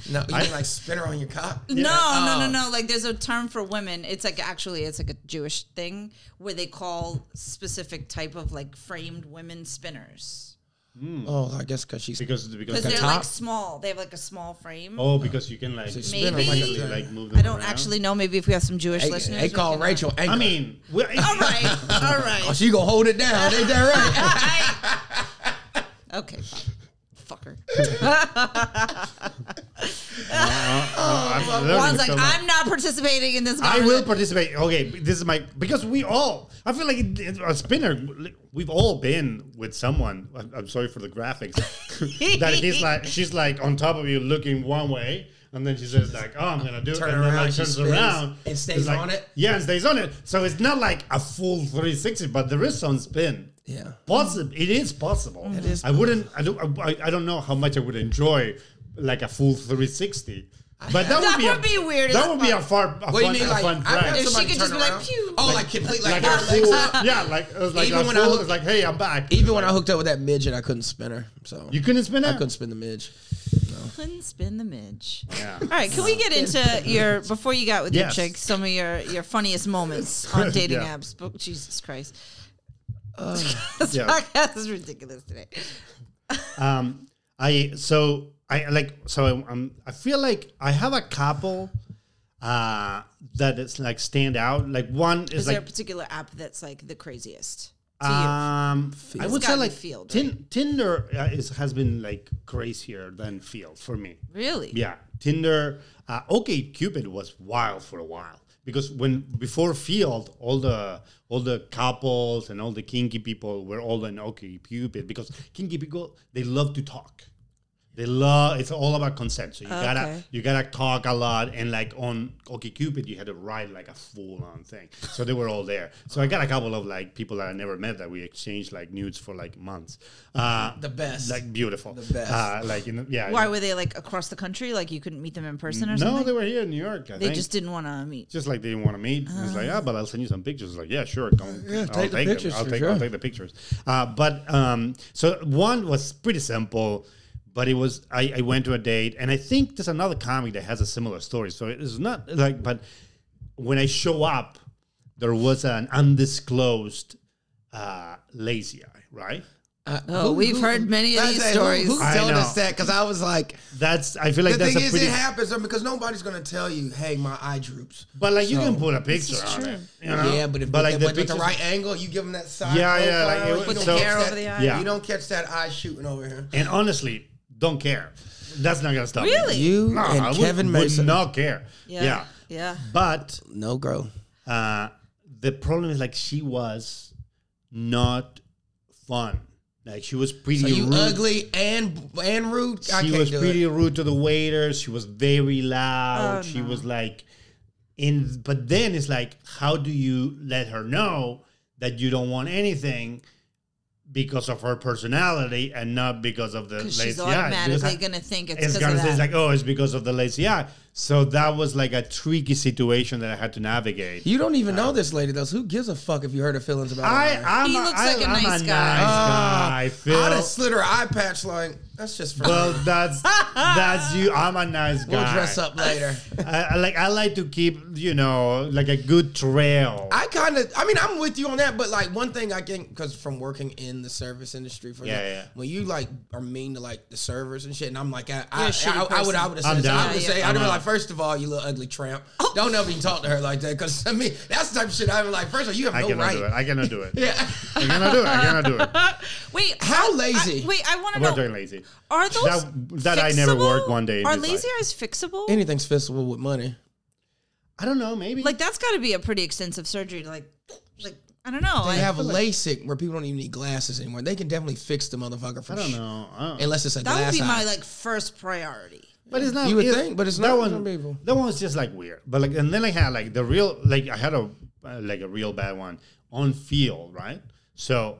No, you mean like spinner on your cock?
No, no, no, no. Like there's a term for women. It's like actually it's like a Jewish thing where they call specific type of like framed women spinners.
Oh, I guess because she's
because because
because they're
top?
like small. They have like a small frame.
oh because you can like
It's a
easily,
spinner,
Maybe.
like a-
like move them
I don't
around.
actually know. Maybe if we have some Jewish
Hey,
listeners,
they
we
call
can, uh,
Rachel Anchor.
I mean, we-
All right, all
oh,
right.
she gonna hold it down. Ain't that right?
[laughs] okay, fine. fucker.
I'm learning
Juan's like,
so much.
I'm not participating in this.
I will
government."
participate. Okay, this is my because we all. I feel like it, it- a spinner. We've all been with someone. I'm, I'm sorry for the graphics. [laughs] that he's like, she's like on top of you, looking one way, and then she says like, "Oh, I'm gonna do," it,"
Turn
and then
around,
like
she
turns
spins
around
and stays
It's like-
on it.
Yeah, and stays on it. So it's not like a full 360, but there is some spin.
Yeah.
Possible, it is possible. It is. I wouldn't. I don't. I, I don't know how much I would enjoy like a full 360.
[laughs]
But that,
That
would be
would be
a,
weird as
That would be
fuck.
a far. A
What do you
fun,
mean,
a
like,
fun
I've got
prank.
If she
somebody
could
turn
just be like,
around.
"Pew."
Oh, like complete, like,
like
her
a
legs
[laughs]
fool.
up.
Yeah, like it was like
Even
a
when I
fool.
hooked-
it's like, hey, I'm back.
Even when I hooked up with that midget, I couldn't spin her. So
you couldn't spin
I
it.
couldn't spin the midge.
Couldn't spin the midge.
Yeah.
All right, can we get into your before you got with
Yes.
your chick some of your your funniest moments on dating
[laughs] Yeah. Um,
apps? But Jesus Christ, [laughs] this
yeah.
podcast is ridiculous today.
Um, I so I like so I, um, I feel like I have a couple uh that is like stand out. Like one is,
Is
like
there a particular app that's like the craziest to
um, I
It's
would say
gotta be
like
Field,
Tin- Tinder uh, is, has been like crazier than Field for me.
you? Really?
Yeah, Tinder. Uh, okay, Cupid was wild for a while because when before Field, all the all the couples and all the kinky people were all in Okay Cupid because kinky people they love to talk. They love. It's all about consent. So you gotta
Okay.
you gotta talk a lot and like on okay cupid you had to write like a full-on thing so they were all there so i got a couple of like people that i never met that we exchanged like nudes for like months uh
The best.
like beautiful
The best.
uh like in the, yeah
Why were they like across the country? Like you couldn't meet them in person or
no
something?
they were here in new york I
They
think.
just didn't want to meet.
just like they didn't want to meet. It's like, ah, but I'll send you some pictures. Like, yeah, sure, come.
Yeah,
I'll
take the
them.
pictures
I'll
for
take,
sure.
I'll take the pictures. Uh, but um, so one was pretty simple, but it was I, I went to a date, and I think there's another comic that has a similar story. So it's not like, but when I show up, there was an undisclosed uh, lazy eye, right?
Oh, we've heard many of
I
these
say, who-
stories.
Who,
Uh, I
told
know.
us that? Because I was like,
That's I feel like
the
that's
thing
a
is,
pretty.
it happens um, because nobody's gonna tell you, "Hey, my eye droops."
but like you
So-
can put a picture
is
on
true.
it, you know?
yeah, but if but,
but
with,
like the
the, with the
pictures-
right angle, you give them that side.
Yeah, yeah, like,
profile,
it
you
was-
don't
so-
catch
Hair
over
that-
the eye.
Yeah.
you don't catch that eye shooting over here.
and honestly, don't care. That's not gonna stop me.
Really? You
No, I would, would not care. Yeah.
yeah. Yeah.
But
no girl.
uh, the problem is like she was not fun. Like she was pretty
So you
rude.
ugly and and rude. I
She
can't
was
do
pretty
it.
rude to the waiters. She was very loud.
Oh,
she
no.
was like, in. But then it's like, how do you let her know that you don't want anything because of her personality and not because of the lazy
Because she's
eye? Because
automatically
I-
going to think it's
it's
because
gonna
of
say
that.
it's like, oh, it's because of the lazy eye. So that was like a tricky situation that I had to navigate.
You don't even know this lady though. So who gives a fuck if you hurt her feelings about?
I,
her?
I'm
He
a,
looks
I,
like a
I'm
nice
a
guy.
Ah.
Nice guy, Phil.
I'd have slit her eye patch. Like that's just for. [laughs]
well, that's that's you. I'm a nice guy.
we'll dress up
[laughs]
later.
I, I like I like to keep you know like a good trail.
I kind of, I mean, I'm with you on that, but like one thing I can, because from working in the service industry for
Yeah,
that,
yeah.
when you like are mean to like the servers and shit, and I'm like, I, I,
a shitty
I, I would, I
person.
would have
I'm
said,
down.
I would
Yeah,
say,
yeah.
I'd be
I'm
like,
out.
first of all, you little ugly tramp,
Oh.
don't ever even talk to her like that, because [laughs] I mean, that's the type of shit I'm like, first of all, you have
I
no
cannot do it.
right.
I cannot do it.
[laughs] Yeah.
I cannot do it. I cannot do
[laughs]
it.
wait.
How
I-
lazy?
I, wait, I want to
I'm
know.
not talking lazy.
Are those
that that I never
fixable?
worked one day? In
Are
his
lazy
life.
eyes fixable?
Anything's fistable with money.
I don't know. Maybe
like that's got to be a pretty extensive surgery. to, Like, like I don't know.
They
I
have
feel like-
LASIK where people don't even need glasses anymore. They can definitely fix the motherfucker for
I don't
sh-
know. I don't,
Unless it's a
that would
glass
be my
eye.
like first priority.
But it's not.
You would
it-
think, but it's
that
not
One,
some people.
That one was just like weird. But like, and then I had like the real, like I had a uh, like a real bad one on field, right? So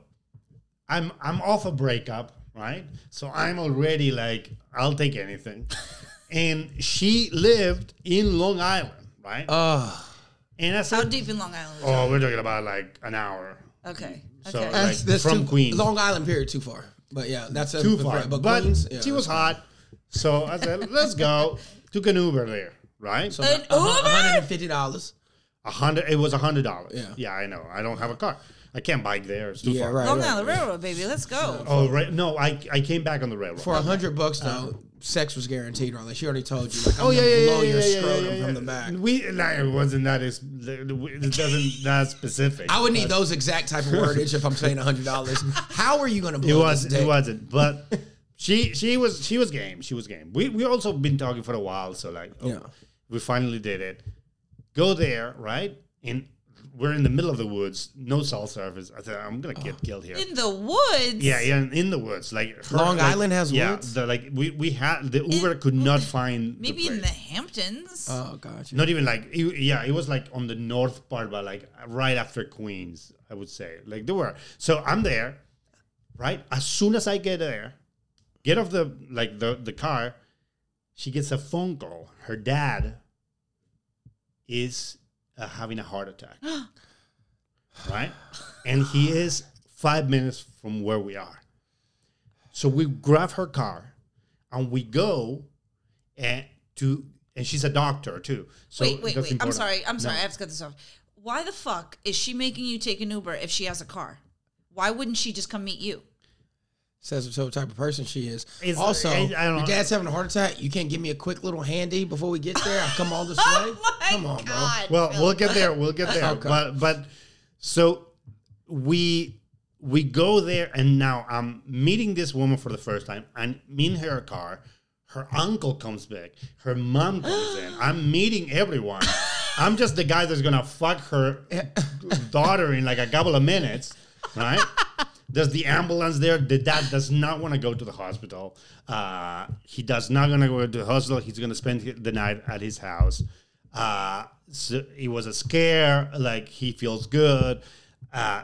I'm I'm off a breakup, right? So I'm already like I'll take [laughs] anything. and she lived in Long Island, right?
Oh. Ugh.
and I
How
said,
deep in Long Island?
oh, we're talking about like an hour.
Okay. Okay.
Oh. So
That's-
like
that's
from
too-
Queens,
Long Island period too far. But yeah, that's a,
too far.
But,
But,
Queens, yeah,
she
that's
was hot, so I said, let's go. Took an Uber there, right?
So about
An
a hun-
Uber?
$150.
A hundred. It was a hundred dollars.
Yeah.
I know. I don't have a car, I can't bike there. It's too
Yeah,
far.
right.
Long Island Railroad, baby. Let's go.
Oh, right. No, I I came back on the railroad.
For a hundred bucks though,
Uh-huh.
sex was guaranteed, or like she already told you,
Oh,
like I'm gonna blow your scrotum from the back.
We like, it wasn't that is it
[laughs]
doesn't that specific.
I would need those exact type of wordage if I'm saying hundred
[laughs]
dollars. How are you gonna
It
blow
was
this dick?
it wasn't, but
[laughs]
she she was she was game. She was game. We we also been talking for a while, so like oh,
Yeah.
we finally did it. Go there, right? And we're in the middle of the woods, no cell service. I said I'm gonna
Oh.
get killed here.
In the woods.
Yeah, yeah, in- in the woods, like her-
Long
like,
Island has
yeah,
woods?
The, like we we had the Uber could not find
Maybe
the
in the
place.
Hamptons.
Uh,
Oh god.
not even like it, yeah, it was like on the north part, but like right after Queens, I would say. Like they were. So I'm there, right? As soon as I get there, get off the like the the car, she gets a phone call. Her dad is uh, having a heart
[gasps]
attack, right? And he is five minutes from where we are. So we grab her car, and we go and to and she's a doctor too. So
wait, wait,
that's
wait. I'm
important.
sorry. I'm
No.
sorry. I have to cut this off. Why the fuck is she making you take an Uber if she has a car? Why wouldn't she just come meet you? [laughs]
Says what sort of type of person she is.
It's-
also,
I- I don't
your
know.
dad's having a heart attack. You can't give me a quick little handy before we get there. I've come
[laughs]
all this way. come on, bro.
Well, we'll get there. We'll get
[laughs]
there. But but so we we go there, and now I'm meeting this woman for the first time. and am in her car. Her uncle comes back. Her mom comes in. I'm meeting everyone. I'm just the guy that's gonna fuck her daughter in like a couple of minutes, right? There's the ambulance there. The dad does not want to go to the hospital. Uh, he does not going to go to the hospital. He's going to spend the night at his house. Uh, so it was a scare. Like he feels good. Uh,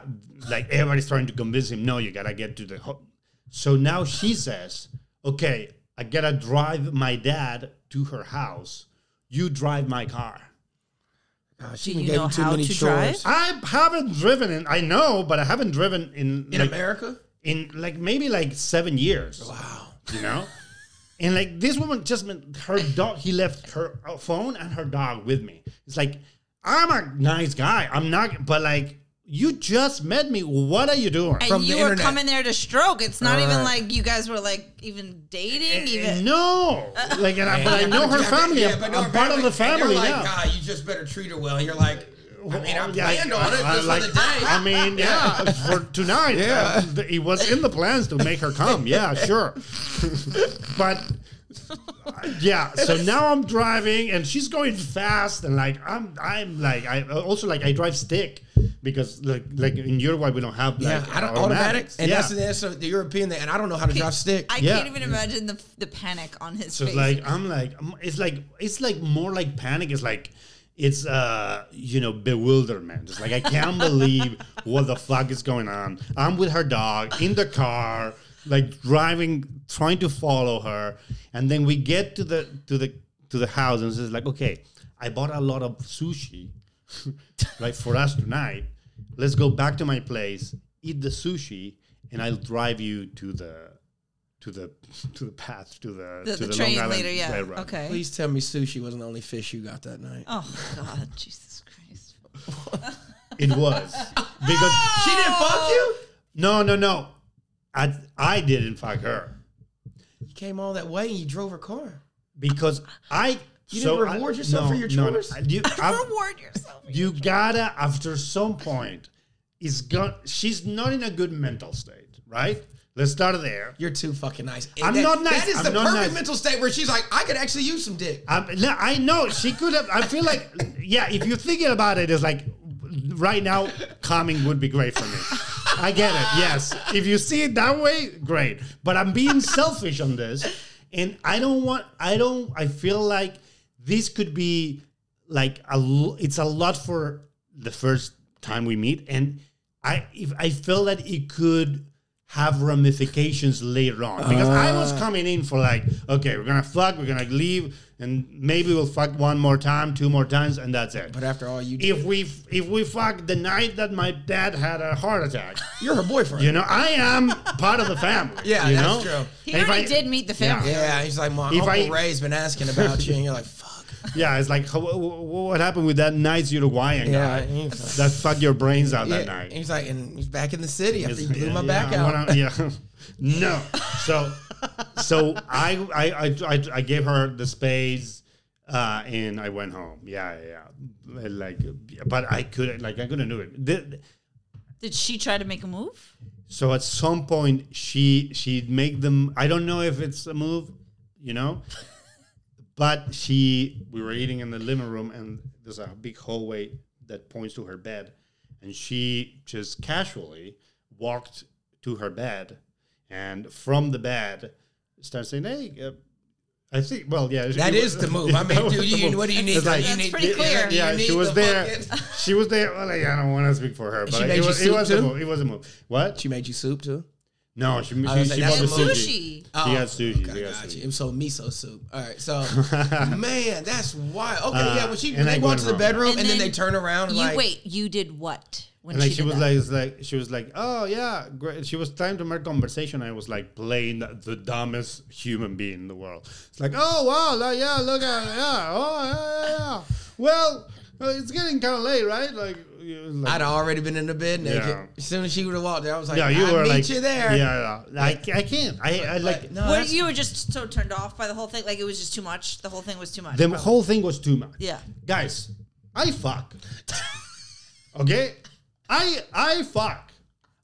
like everybody's trying to convince him. No, you gotta get to the. Ho-. So now she says, "Okay, I gotta drive my dad to her house. You drive my car."
God,
Do
done
you
gave
know how to drive?
I haven't driven in. I know, but I haven't driven in
in
like,
America.
in like maybe like seven years. Wow. You know? [laughs] and like this woman just meant her dog, he left her uh, phone and her dog with me. It's like, I'm a nice guy. I'm not, but like, you just met me. What are you doing?
And
From the
you were
internet. Uh,
coming there to stroke. It's not
All
even
right.
like you guys were like even
Eh,
dating. Even
No, like, and I, but I know her family.
Yeah,
I'm,
but no,
I'm part of the
And
family
you're like,
now.
uh, God, you just better treat her well. And you're like, I mean, I'm
Yeah,
planned on it
I- I
just
like-
for the day.
I mean, yeah, for tonight.
Yeah.
uh, th- it was in the plans to make her come. Yeah, sure. but uh, yeah, so now I'm driving and she's going fast and like I'm I'm like I also like I drive stick because like like in Uruguay we don't have
yeah,
like
I don't automatic,
automatics.
and
yeah.
that's the answer. The European thing, and I don't know how to drive stick.
I
Yeah.
can't even imagine the the panic on his
So
face.
it's like I'm like um, it's like it's like more like panic. It's like it's uh you know bewilderment. It's like I
[laughs]
can't believe what the fuck is going on. I'm with her dog in the car, like driving, trying to follow her, and then we get to the to the to the house, and it's like okay, I bought a lot of sushi, [laughs] right for us tonight. Let's go back to my place, eat the sushi, and I'll drive you to the to the to the path to the
the, the,
to the, Long
train
Island
later. Yeah.
Railroad.
Okay.
Please tell me sushi wasn't the only fish you got that night.
Oh God, Jesus Christ.
[laughs] It
[laughs]
was because
She didn't fuck you.
no no no, I I didn't fuck her
You came all that way and you drove her car.
because I
You
so
didn't
I-
reward yourself for your chores?
I-
[laughs]
you, I've-
Reward yourself.
you gotta after some point is gone. She's not in a good mental state, right? Let's start there.
You're too fucking nice. And
I'm
that-
not nice.
That is
I'm
the
not
perfect
nice.
mental state where she's like, I could actually use some dick.
Um, no, I know she could have. I feel like, yeah, if you're thinking about it, it's like right now, calming would be great for me. I get it. Yes, if you see it that way, great. But I'm being selfish on this, and I don't want. I don't. I feel like this could be like a. l- It's a lot for the first time we meet, and I. If I feel that it could have ramifications later on because I was
Uh.
coming in for like, okay, we're gonna fuck, we're gonna leave, and maybe we'll fuck one more time, two more times, and that's it.
But after all, you
if we if we fuck the night that my dad had a heart attack,
you're her boyfriend.
you know, I am part of the family.
[laughs] Yeah,
you
that's
know?
true.
He
And if
already
I-
did meet the
Yeah.
family.
yeah, he's like, my
If
uncle
I- [laughs]
Ray's been asking about you, and you're like, fuck.
yeah, it's like, how, wh- wh- what happened with that nice
[laughs]
Uruguayan
Yeah,
guy
he's-
that fucked your brains out
Yeah,
that night?
He's like, and he's back in the city after he
It's-
blew
yeah,
my
yeah,
back
I
out.
wanna- yeah. [laughs] no. So, so I, I, I, I, I gave her the space, uh, and I went home. Yeah, yeah, yeah. Like, but I couldn't, like, I couldn't do it. The-
Did she try to make a move?
so at some point, she, she'd make them. I don't know if it's a move,
[laughs]
you know, but she, we were eating in the living room, and there's a big hallway that points to her bed, and she just casually walked to her bed, and from the bed, started saying, "Hey." Uh, I think. Well,
[laughs]
yeah, [laughs]
That
it
is
was-
the move. I mean,
that was
dude,
the
you-
move.
what do you need?
It's like-
You
That's
need-
pretty
you-
clear.
you
yeah,
need
she was
the
there. [laughs]
fucking-
She was there. Well, like, I don't want to speak for her, but
made
it
you
was, it
soup
was
too?
a move. It was a move. What?
She made you soup too.
no, she, she,
I was
she
like, that's
bought the
a move.
sushi. She
Sushi.
got sushi.
Okay,
she got
gotcha.
sushi.
It was so miso soup. All right,
[laughs]
so man, that's wild. Okay,
Uh,
yeah, when she when
Oh, and
they
I
go
went
into the
wrong.
bedroom and,
And
then,
then
they turn around
You
like,
wait. You did what when
And like
she,
she
did
was
that?
like, it's like, she was like, oh yeah, great. She was trying to make conversation. I was like playing the, the dumbest human being in the world. It's like, oh wow, like, yeah, look at yeah, oh yeah, yeah, yeah. Well, uh, it's getting kind of late, right? Like, you- like
I'd already been in the bed naked.
Yeah.
As soon as she would have walked there, I was like,
yeah, you
I
were
meet
like,
you there.
Yeah, yeah. Like, I can't. I, I like
no,
Were
that's-
you were just so turned off by the whole thing? Like it was just too much. The whole thing was too much.
the
probably.
whole thing was too much.
Yeah.
guys, I fuck. [laughs] okay, I I fuck.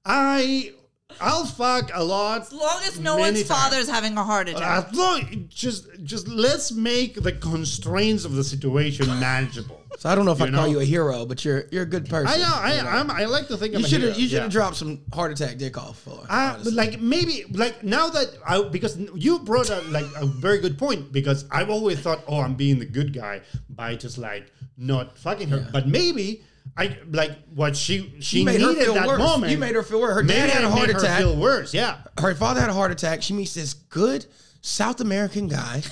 I I'll fuck a lot.
As long as no
many
one's
times.
father's having a heart attack.
As long- just just let's make the constraints of the situation
[laughs]
manageable.
So I don't know if I
You
call
know?
you a hero, but you're you're a good person.
I know, I I'm, I like to think I'm
you
a
should have
hero,
you should have
yeah.
dropped some heart attack dick off for. her,
I,
honestly.
like maybe like now that I because you brought up like a very good point because I've always thought oh I'm being the good guy by just like not fucking her but maybe I like what she she
You made her
needed
feel
that
worse.
moment
You made her feel worse. Her dad
Maybe
had
I
a heart
made her
attack.
feel worse yeah
her father had a heart attack. She meets this good South American guy,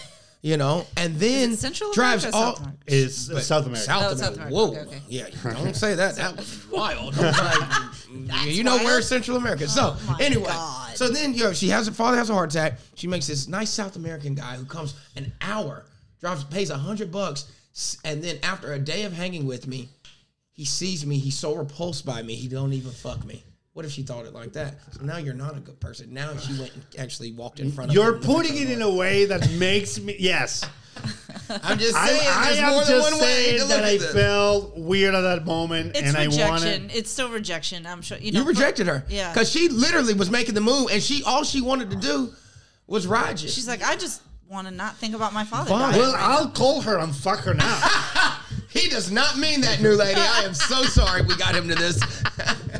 you know, and then
it Central
drives
America or
all
South America?
is South America
South,
Oh, South
America.
America.
Whoa,
Okay, okay.
yeah, don't say that. That was
[laughs]
wild. I was like, you know
wild. Oh
where Central America. So
my
anyway,
God.
so then you know she has her father has a heart attack. She makes this nice South American guy who comes an hour, drives, pays a hundred bucks, s- and then after a day of hanging with me, he sees me. He's so repulsed by me, he don't even fuck me. What if she thought it like that? So now you're not a good person. Now she went and actually walked in front of.
you're
him and
putting
took
it
her
in
money.
a way that makes me yes
I'm just
I,
saying.
I
there's
am
more than
just
one way to
saying
look
that
at
I
this.
felt weird at that moment
It's
and I
rejection.
wanted
It's still rejection. I'm sure you know.
You rejected her.
Yeah.
Because she literally was making the move and she all she wanted to do was ride you.
She's like, I just want to not think about my father.
Fine.
dying
well
right
I'll call her and fuck her now.
[laughs] he does not mean that, new lady. I am
[laughs]
so sorry we got him to this. [laughs]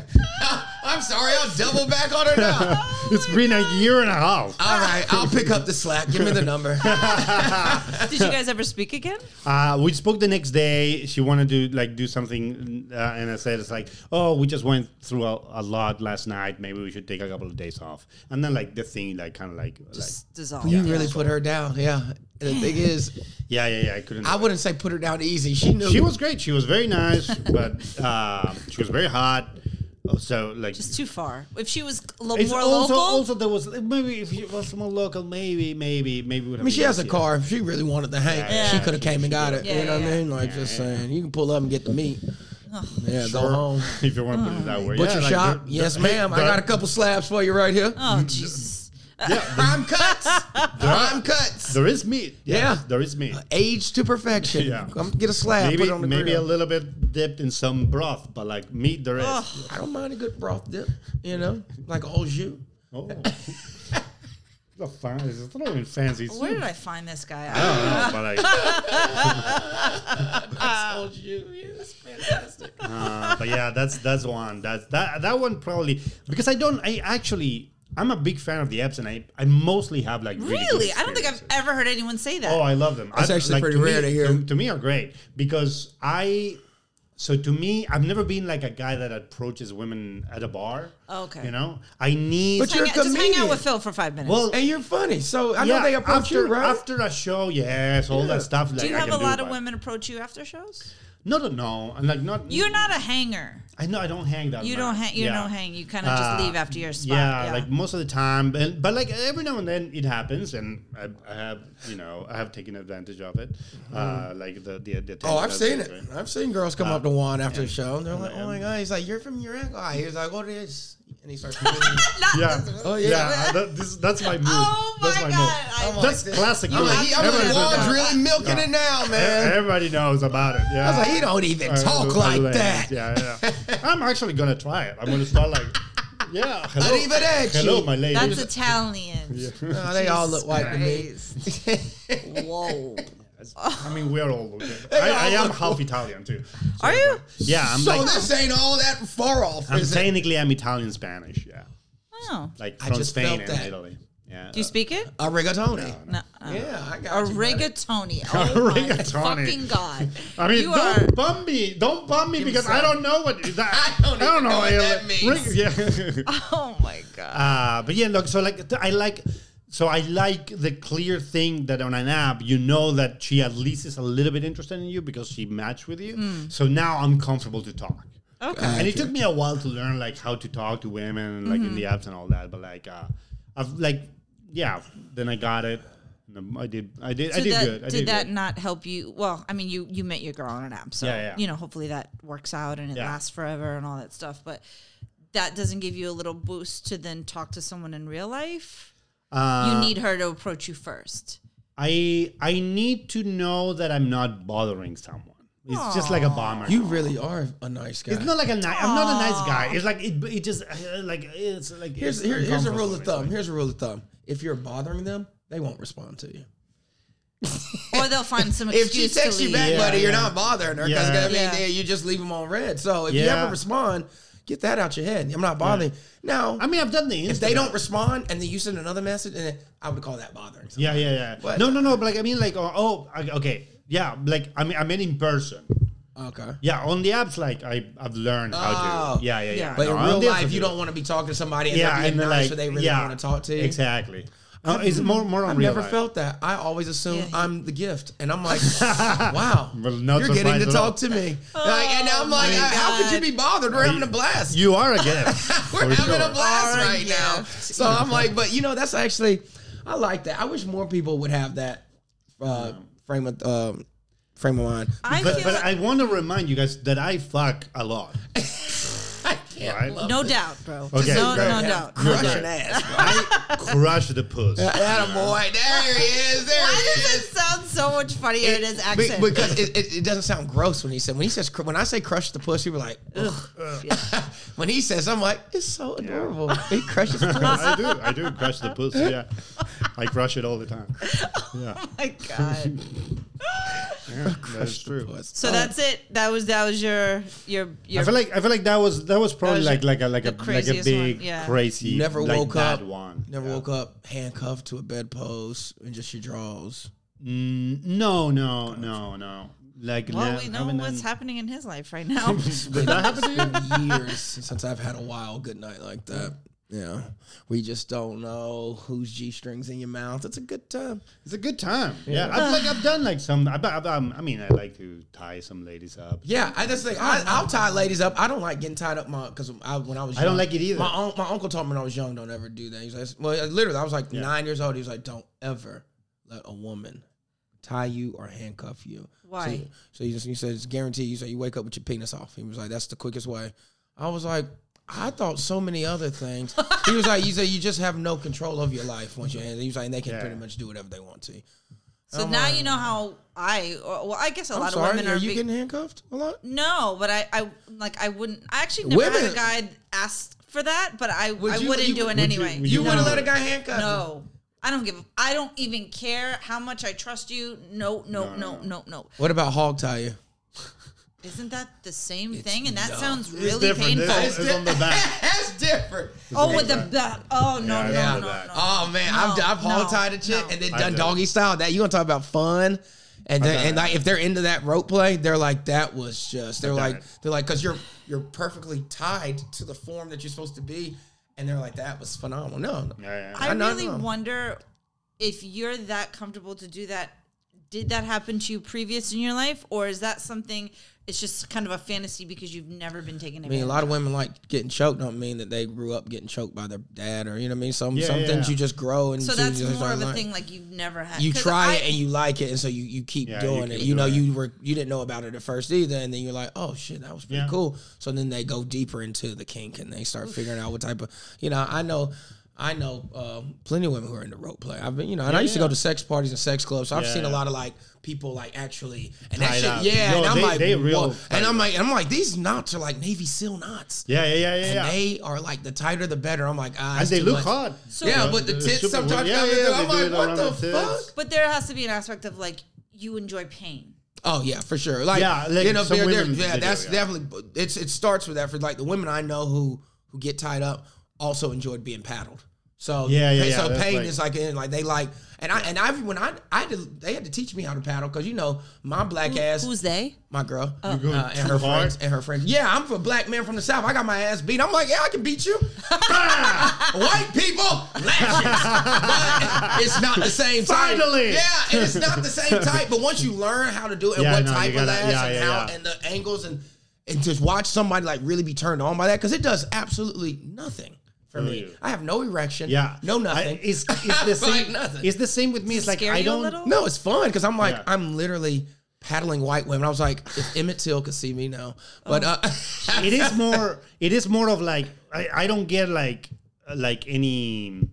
I'm sorry. I'll double back on her now.
[laughs]
It's been a year and a half.
All right. I'll pick up the slack. Give me the
[laughs]
number.
now. Did you guys ever speak again?
Uh, we spoke the next day. She wanted to like do something, uh, and I said, "It's like, oh, we just went through a, a lot last night. Maybe we should take a couple of days off." And then like the thing, like kind of like,
Just dissolve.
You really put her down. Yeah. And the thing is,
like, yeah, yeah, yeah. I couldn't.
I wouldn't say put her down easy. She knew.
she was great. She was very nice, but uh, she was very hot. Oh, So like,
It's too far. If she was lo-
it's
more
also
local,
also there was maybe if she was more local, maybe maybe maybe.
I mean, she has a car. If she really wanted to hang,
Yeah,
she
yeah.
could have came and got it.
Yeah,
you know what I
yeah.
mean? Like, just saying, you can pull up and get the meat. yeah, go home.
[laughs] if you want to put it that way.
Uh, Butcher
Yeah, like,
shop?
the- the-
yes, ma'am. I
the-
got a
[laughs]
couple slabs for you right here.
oh Jesus,
Prime cuts. Prime cuts.
There is meat. Yes,
Yeah.
there is meat.
Aged to perfection.
Yeah.
Come get a slab. put
maybe
it on the
maybe
grill.
a little bit dipped in some broth, but like meat the rest.
Ugh.
I don't mind a good broth dip. You know, like au jus.
Oh, [laughs] the fan is throwing fancy. soup.
where did I find this guy?
I don't know, [laughs] but like,
au jus. Yes, fantastic.
uh, but yeah, that's that's one. That's that that one probably because I don't. I actually I'm a big fan of the apps, and I I mostly have like really. good
really? I don't think I've
experiences.
ever heard anyone say that.
Oh, I love them.
That's
I-
actually pretty
to
rare
me,
to hear.
To, to me, are great because I. So to me, I've never been like a guy that approaches women at a bar.
Oh, Okay.
You know, I need.
But you're
hang
a
out, just hang
comedian.
out with Phil for five minutes.
well,
And you're funny, so I know
Yeah,
they approach
after,
you, right?
After a show, yes, all that stuff.
do
like,
you
I
have
can
a lot of
but-
women approach you after shows?
No, no, no. I'm like not.
You're not a hanger.
I know I don't hang that.
You
much.
don't hang. You
Yeah.
don't hang. You kind of just
Uh,
leave after your spot.
Yeah, like most of the time, but but like every now and then it happens, and I, I have you know I have taken advantage of it, uh, like the the, the
Mm. [laughs] Oh, I've seen it. I've seen girls
Uh,
come up to Juan after the show, and they're like, "Oh my god!" He's like, "You're from Iraq?" Oh, he's like, "What is?" And he
[laughs]
starts.
Yeah,
Oh, yeah.
yeah. uh, that, this, that's my move.
Oh my
that's my
god!
move.
I-
I'm
That's
like this.
classic.
I'm
move.
like, he- I'm
Everybody
like,
does
Juan's
that.
really milking it now, man.
Everybody knows about it. Yeah.
I was like, he don't even talk like that.
Oh, Yeah, yeah. I'm actually gonna try it. I'm gonna
[laughs]
start like, yeah, hello,
Arrivederci.
hello, my lady.
that's Italian.
Oh, they all look white to me.
[laughs] me. Whoa.
I mean, we're all.
[laughs]
I, I am half Italian too.
Are you?
Yeah, I'm
so
like.
this ain't all that far off.
I'm
is it?
technically I'm Italian Spanish. Yeah,
Oh.
like
I
from
just
Spain
felt
and
that.
Italy. Yeah.
Do you speak it?
a rigatoni.
No. Uh,
Yeah, I got
a
you, buddy.
[laughs]
rigatoni. Oh my
rigatoni.
fucking god!
[laughs] I mean,
you
don't
are.
bum me. Don't bum me because I don't know
[laughs]
what that.
I don't even know what
uh,
that means.
yeah.
[laughs]
[laughs]
Oh my god!
Uh, but yeah, look, so like th- I like so I like the clear thing that on an app you know that she at least is a little bit interested in you because she matched with you. So now I'm comfortable to talk.
Mm. Okay.
And it took me a while to learn like how to talk to women and like in
Mm-hmm.
the apps and all that. But like uh I've like yeah, then I got it. And um, I did I did I
So
did
that-
good. I
did,
did,
that
good.
not help you? Well, I mean, you you met your girl on an app, so
Yeah, yeah.
you know, hopefully that works out and it
Yeah.
lasts forever and all that stuff. But that doesn't give you a little boost to then talk to someone in real life.
Uh,
you need her to approach you first.
I I need to know that I'm not bothering someone. It's just like a bomber.
You really are a nice guy.
It's not like a nice. I'm not a nice guy. It's like it. It just uh, like it's like.
here's
it's
here, here's a rule of
uncomfortable.
thumb. Here's a rule of thumb. If you're bothering them, they won't respond to you.
Or they'll find
[laughs]
some excuse
If she
to
texts you
leave.
back,
Yeah,
buddy, you're
yeah.
not bothering her because
Yeah.
I mean,
Yeah.
they- you just leave them on red. So if you
Yeah.
ever respond, get that out your head. I'm not bothering. Now,
I mean, I've done the.
if they
Instagram.
don't respond and then you send another message, and I would call that bothering. someone.
Yeah, yeah, yeah.
But-
no, no, no. But like, I mean, like, oh, oh, I- okay, yeah. Like, I mean, I mean, in person.
Okay.
Yeah, on the apps, like, I I've learned how
Oh.
to. Yeah, yeah,
Yeah.
yeah.
But
No, on
in real
the apps
life, you
I do
don't want to be talking to somebody and
Yeah,
yeah,
and
being
then,
nice,
like,
so they really
yeah,
want to talk to you. [laughs]
Exactly. Uh, it's more more on
I've
real
never
life.
felt that. I always assume
Yeah, he-
I'm the gift, and I'm like,
[laughs]
wow,
Well, not
you're getting
surprised
to
at all.
talk to me. like, and I'm
Oh my
like, uh, how could you
God.
be bothered? We're having a blast. [laughs]
You are a gift.
We're
for
having
sure.
a blast
Our
right now.
gift.
So I'm like, but you know, that's actually, I like that. I wish more people would have that uh, frame of um, frame of mind.
I
But,
feel
but
like-
I want to remind you guys that I fuck a lot.
[laughs] I can't
Right.
love
no
this.
doubt, bro.
Okay,
no,
great.
no
Yeah.
doubt.
Crushing ass. bro.
I crush the puss.
Atta boy, there he is. There he
Why
is.
does it sound so much funnier in his
Be-
accent?
because it, it, it doesn't sound gross when he said when he says cr- when I say crush the pussy, we're like, ugh. [laughs] when he says, I'm like, it's so adorable. He
[laughs]
crushes pussy.
I do. I do crush the pussy. Yeah, I crush it all the time. Yeah,
[laughs] my God.
yeah that's true.
puss.
So that's it. That was that was your your your.
I feel like I feel like that was that was probably
was
like like a like a
the
like a
craziest
big
one, yeah.
crazy
Never
like
woke
that
up.
one.
Never woke up handcuffed to a bedpost and just your drawers.
Mm, no, no, no, no. Like
well,
no,
we
I
know
mean,
what's
um,
happening in his life
[laughs]
right now.
[laughs] Did that happen?
It's been years since I've had a wild good night like that. Yeah, we just don't know whose g strings in your mouth. It's a good time.
It's a good time. Yeah, I've like I've done like some. I, I, I mean, I like to tie some ladies up.
Yeah, I just think I, I'll tie ladies up. I don't like getting tied up my because I, when I was
I
young,
don't like it either.
My, un- my uncle taught me when I was young, don't ever do that. He's like, well, literally, I was like nine years old. He was like, don't ever let a woman tie you or handcuff you.
Why?
So, so he just he said it's guaranteed. You say you wake up with your penis off. He was like, that's the quickest way. I was like. I thought so many other things. He was like, "You say you just have no control of your life once you're in." He was like, and "They can
Yeah.
pretty much do whatever they want to."
So now you know how I. or- Well, I guess a
Oh I'm
lot
sorry,
of women
are
are.
you
be-
getting handcuffed a lot?
no, but I, I like I wouldn't. I actually never had
Women-
a guy ask for that, but I I
you-
wouldn't
you-
do
would
it
you-
anyway.
would
You
No.
wouldn't let a guy handcuff you.
no. I don't give. a- I don't even care how much I trust you. No, no, no, no, no.
What about hog tie you?
Isn't that the same thing? And that sounds
It's
really
different.
painful.
It's, it's on the
[laughs]
back.
That's different.
oh, with the, the oh no
Yeah,
no,
yeah.
no no no.
Oh man, I've,
No,
I've hog tied
no,
a chick
no.
and then
I
done
do.
doggy style. That you gonna talk about fun. And then,
done
and
it.
like if they're into that rope play, they're like that was just they're
I've done
like
it.
they're like because you're you're perfectly tied to the form that you're supposed to be, and they're like that was phenomenal. No, no.
Yeah, yeah.
I
I know,
really
no.
wonder if you're that comfortable to do that. did that happen to you previous in your life, or is that something? It's just kind of a fantasy because you've never been taken
I mean,
advantage.
a lot of women like getting choked. Don't mean that they grew up getting choked by their dad or you know what I mean. Some
Yeah,
some
yeah,
things
yeah.
you just grow and
so
you
that's
just
more
don't
of a
like.
thing like you've never had.
You
'Cause
try
I-
it and you like it, and so you, you keep
Yeah, you
doing
keep
it. You know,
doing
you were you didn't know about it at first either, and then you're like, oh shit, that was pretty
Yeah.
cool. So then they go deeper into the kink and they start figuring out what type of you know. I know. I know um, plenty of women who are into role play. I've been, you know, and I used to
yeah.
go to sex parties and sex clubs. So I've
Yeah,
seen a
yeah.
lot of like people like actually, and
Tied
that shit,
up.
yeah.
No,
and I'm
they-
like,
they real
"Whoa." and I'm like, and I'm like, these knots are like Navy SEAL knots.
Yeah, yeah, yeah, yeah.
And
yeah. And,
they are like the tighter the better. I'm like, ah, it's
they
too
look
much.
hard.
yeah, but the tits sometimes come in. I'm like, what the fuck?
[laughs] But there has to be an aspect of like you enjoy pain.
Oh yeah, for sure. Like,
Yeah, like
you know,
some
they're, they're-
women
yeah,
they do,
that's
yeah.
definitely it's it starts with that for like the women I know who who get tied up also enjoyed being paddled. So
Yeah, yeah,
pa-
yeah,
So
that's
pain
like-
is like in like they like and I and I when I I had to, they had to teach me how to paddle because you know my black ass
Who's they?
my girl
going
uh, and
too
her
hard?
friends and her friends. Yeah, I'm a black man from the south. I got my ass beat. I'm like, yeah, I can beat
[laughs]
you. Bah! White people lashes, but it's not the same type.
Finally!
yeah, and it's not the same type. But once you learn how to do it, and
Yeah,
what
no, you
type
gotta-
of lash
yeah,
and
yeah,
how
yeah.
and the angles and and just watch somebody like really be turned on by that because it does absolutely nothing for me.
Mm.
I have no erection.
Yeah.
no
I,
nothing.
it's,
[laughs]
it's the
Like
same.
nothing.
it's the same with me. It's like
Scare
I
you a
don't.
little?
No, it's fun because I'm like
Yeah.
I'm literally paddling white women. I was like, if Emmett Till could see me now, but uh, [laughs]
it is more it is more of like I, I don't get like uh, like any um,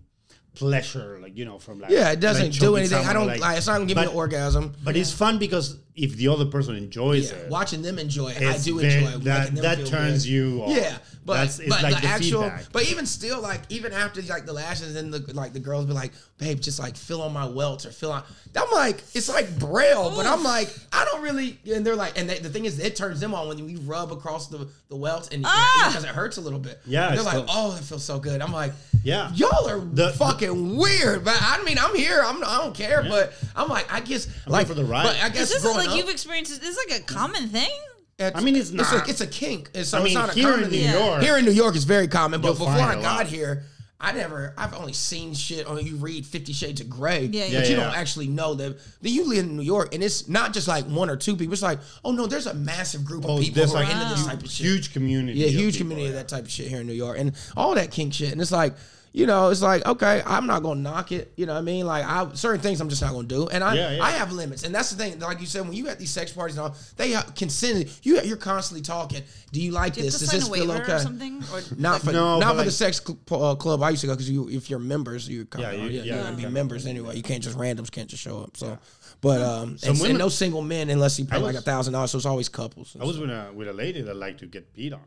pleasure like you know from like
yeah, it doesn't
like,
do
choking
anything. I
someone,
don't like, it's not gonna give
but-
me an orgasm.
but it's fun because if the other person enjoys
Yeah,
it
watching them enjoy it, I
it's
do
very-
enjoy it.
that
making them
that
feel
turns
good.
you off.
Yeah, but
That's, it's
but
like
the,
the,
actual,
feedback.
but even still, like even after like the lashes, then the like the girls be like, babe, just like fill on my welts or fill on. I'm like, it's like braille, but I'm like, I don't really. And they're like, and they, the thing is, it turns them on when we rub across the the welt and because it hurts a little bit.
Yeah,
And they're
it's
like,
cool.
oh, it feels so good. I'm like,
Yeah.
y'all are
The-
fucking weird. But I mean, I'm here. I'm I don't care, but I'm like, I guess like
for the ride.
But I
This
guess
is
growing
like
up,
you've experienced. This is like a common thing.
it's-
I mean, it's
a,
not.
it's a kink. It's, so
I
it's
mean
not a
here
common
in New
thing.
York
Here in New York, it's very common. But
You'll
before
find
I
a
got
lot.
here, I never. I've only seen shit. on you read Fifty Shades of Grey,
Yeah,
but
yeah.
you
Yeah,
don't
yeah.
actually know that. Then you live in New York, and it's not just like one or two people. It's like, oh no, there's a massive group of
Oh,
people
there's
who are
like
into this type of shit.
huge community
Yeah,
of
huge
people,
community of
yeah.
that type of shit here in New York and all that kink shit. And it's like, you know, it's like, okay, I'm not gonna knock it. You know what I mean? Like I certain things I'm just not gonna do. And I
Yeah, yeah.
I have limits. And that's the thing, like you said, when you at these sex parties and all, they have consent. You you're constantly talking. Do you like
Do you have
this?
to
Does
sign
this
a
feel
waiver
okay?
or something? Or
Not for
No,
not
but
for the
like-
sex cl- pl- uh, club I used to go because you if you're members you kind
Yeah,
of
you-
yeah,
yeah,
you're gonna
you
be
gotta-
members anyway you can't just randoms can't just show up so but um and, and
women-
no single men unless you pay like a
was-
thousand dollars so it's always couples
I was with a with a lady that liked to get peed on.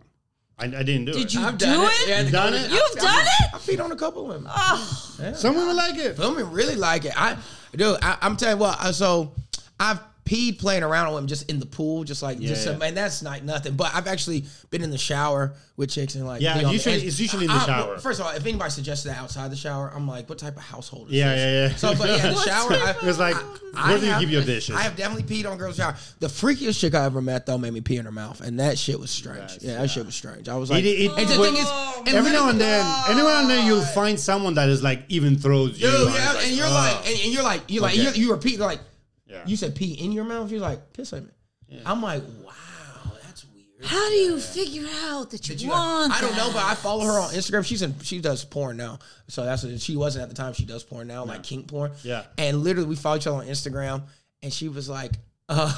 I, I didn't do
Did
it.
you
I've
do
done it.
it?
Yeah,
You've done it?
You've done it.
I feed on a couple women.
Some women like it.
Women really like it. I dude, I, I'm telling you what. I- So I've peed playing around with them just in the pool, just like just
yeah.
some, and that's not nothing. But I've actually been in the shower with chicks and like
Yeah,
pee on me.
usually-
And
it's usually in the
I-
shower.
First of all, if anybody suggests that outside the shower, I'm like, what type of household is
Yeah,
this?
yeah, yeah.
So, but yeah,
[laughs]
the shower. I,
It's like,
I
where do you
have-
give your dishes?
I have definitely peed on girls' shower. The freakiest chick I ever met though made me pee in her mouth, and that shit was strange.
That's-
yeah, that shit was strange. I was like,
It- it-
and the
when-
thing is,
every now and then,
Oh,
every now and then, you'll find someone that is like even throws you.
Dude,
on.
yeah,
It's
and you're
oh.
like, and, and you're like, you like,
Okay.
you, you repeat like,
Yeah.
you said pee in your mouth. You're like, piss on me. I'm like, wow, that's weird.
How do you figure out that you,
That you like-
want?
I don't know,
that?
but I follow her on Instagram. She's in, she does porn now, so that's what she wasn't at the time. She does porn now, like kink porn.
Yeah.
and literally we follow each other on Instagram, and she was like. [laughs] Uh,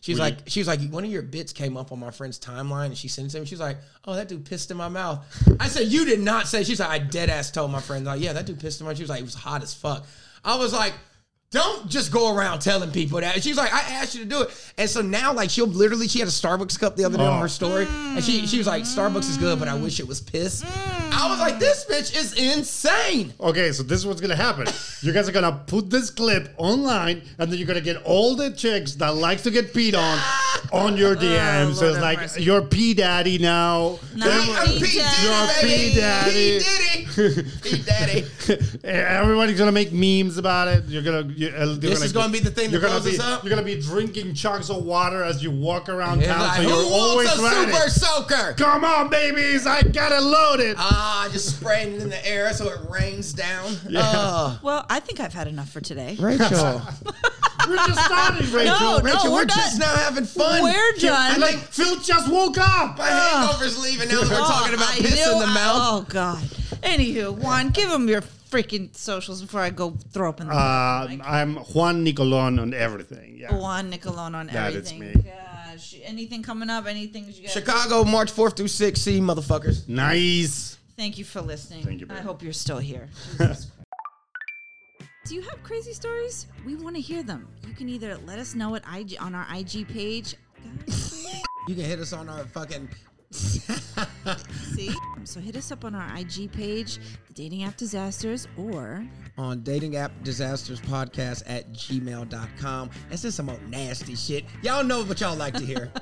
she's
Really?
like, she was like, one of your bits came up on my friend's timeline, and she sent it to me. She's like, oh, that dude pissed in my mouth. I said, you did not say. She's like, I dead ass told my friend, like, yeah, that dude pissed in my. She was like, it was hot as fuck. I was like, don't just go around telling people that. And she's like, I asked you to do it, and so now like she'll literally, she had a Starbucks cup the other day on
Oh. Mm.
her story, and she she was like, Starbucks is good, but I wish it was piss. I was like, this bitch is insane.
Okay, so this is what's gonna happen. You guys are gonna put this clip online, and then you're gonna get all the chicks that likes to get peed on on your DM. so
Lord
it's
have
like
mercy.
you're pee daddy now.
Nice.
I'm P Diddy,
Daddy.
baby.
Oh P. Daddy.
P Diddy. P
[laughs]
Daddy.
Everybody's gonna make memes about it. You're gonna. You're, you're
This
gonna,
is gonna be the thing that
you're gonna
blows
be,
us up?
You're gonna be drinking chugs of water as you walk around
Yeah,
town.
like,
so
who
you're always
wants a
ready.
super soaker?
Come on, babies! I got it loaded.
Ah, just spraying it in the air so it rains down.
Yeah.
Ah.
Well, I think I've had enough for today.
Rachel,
We're just starting,
[laughs]
Rachel.
No, no,
Rachel, we're,
we're
just
done.
now having fun.
We're done.
I
Like,
think
Phil just woke up.
my hangover's leaving now that we're talking about
I
piss
knew-
in the
I-
mouth.
oh God. Anywho, Juan, give him your freaking socials before I go throw up in the
Uh, I'm Juan Nicolon on everything. Yeah.
Juan Nicolone on
That is
everything.
me.
Gosh, anything coming up? Anything you guys?
Chicago, March 4th through 6th. See, you, motherfuckers.
Nice.
Thank you for listening.
Thank you,
I
babe.
hope you're
[laughs]
still here. Jesus Christ. Do you have crazy stories? We want to hear them. You can either let us know at IG on our IG page.
You can hit us on our fucking. [laughs]
See? So hit us up on our IG page, the Dating App Disasters, or
on dating app disasters podcast at gmail.com. That's just some old nasty shit. Y'all know what y'all like to hear.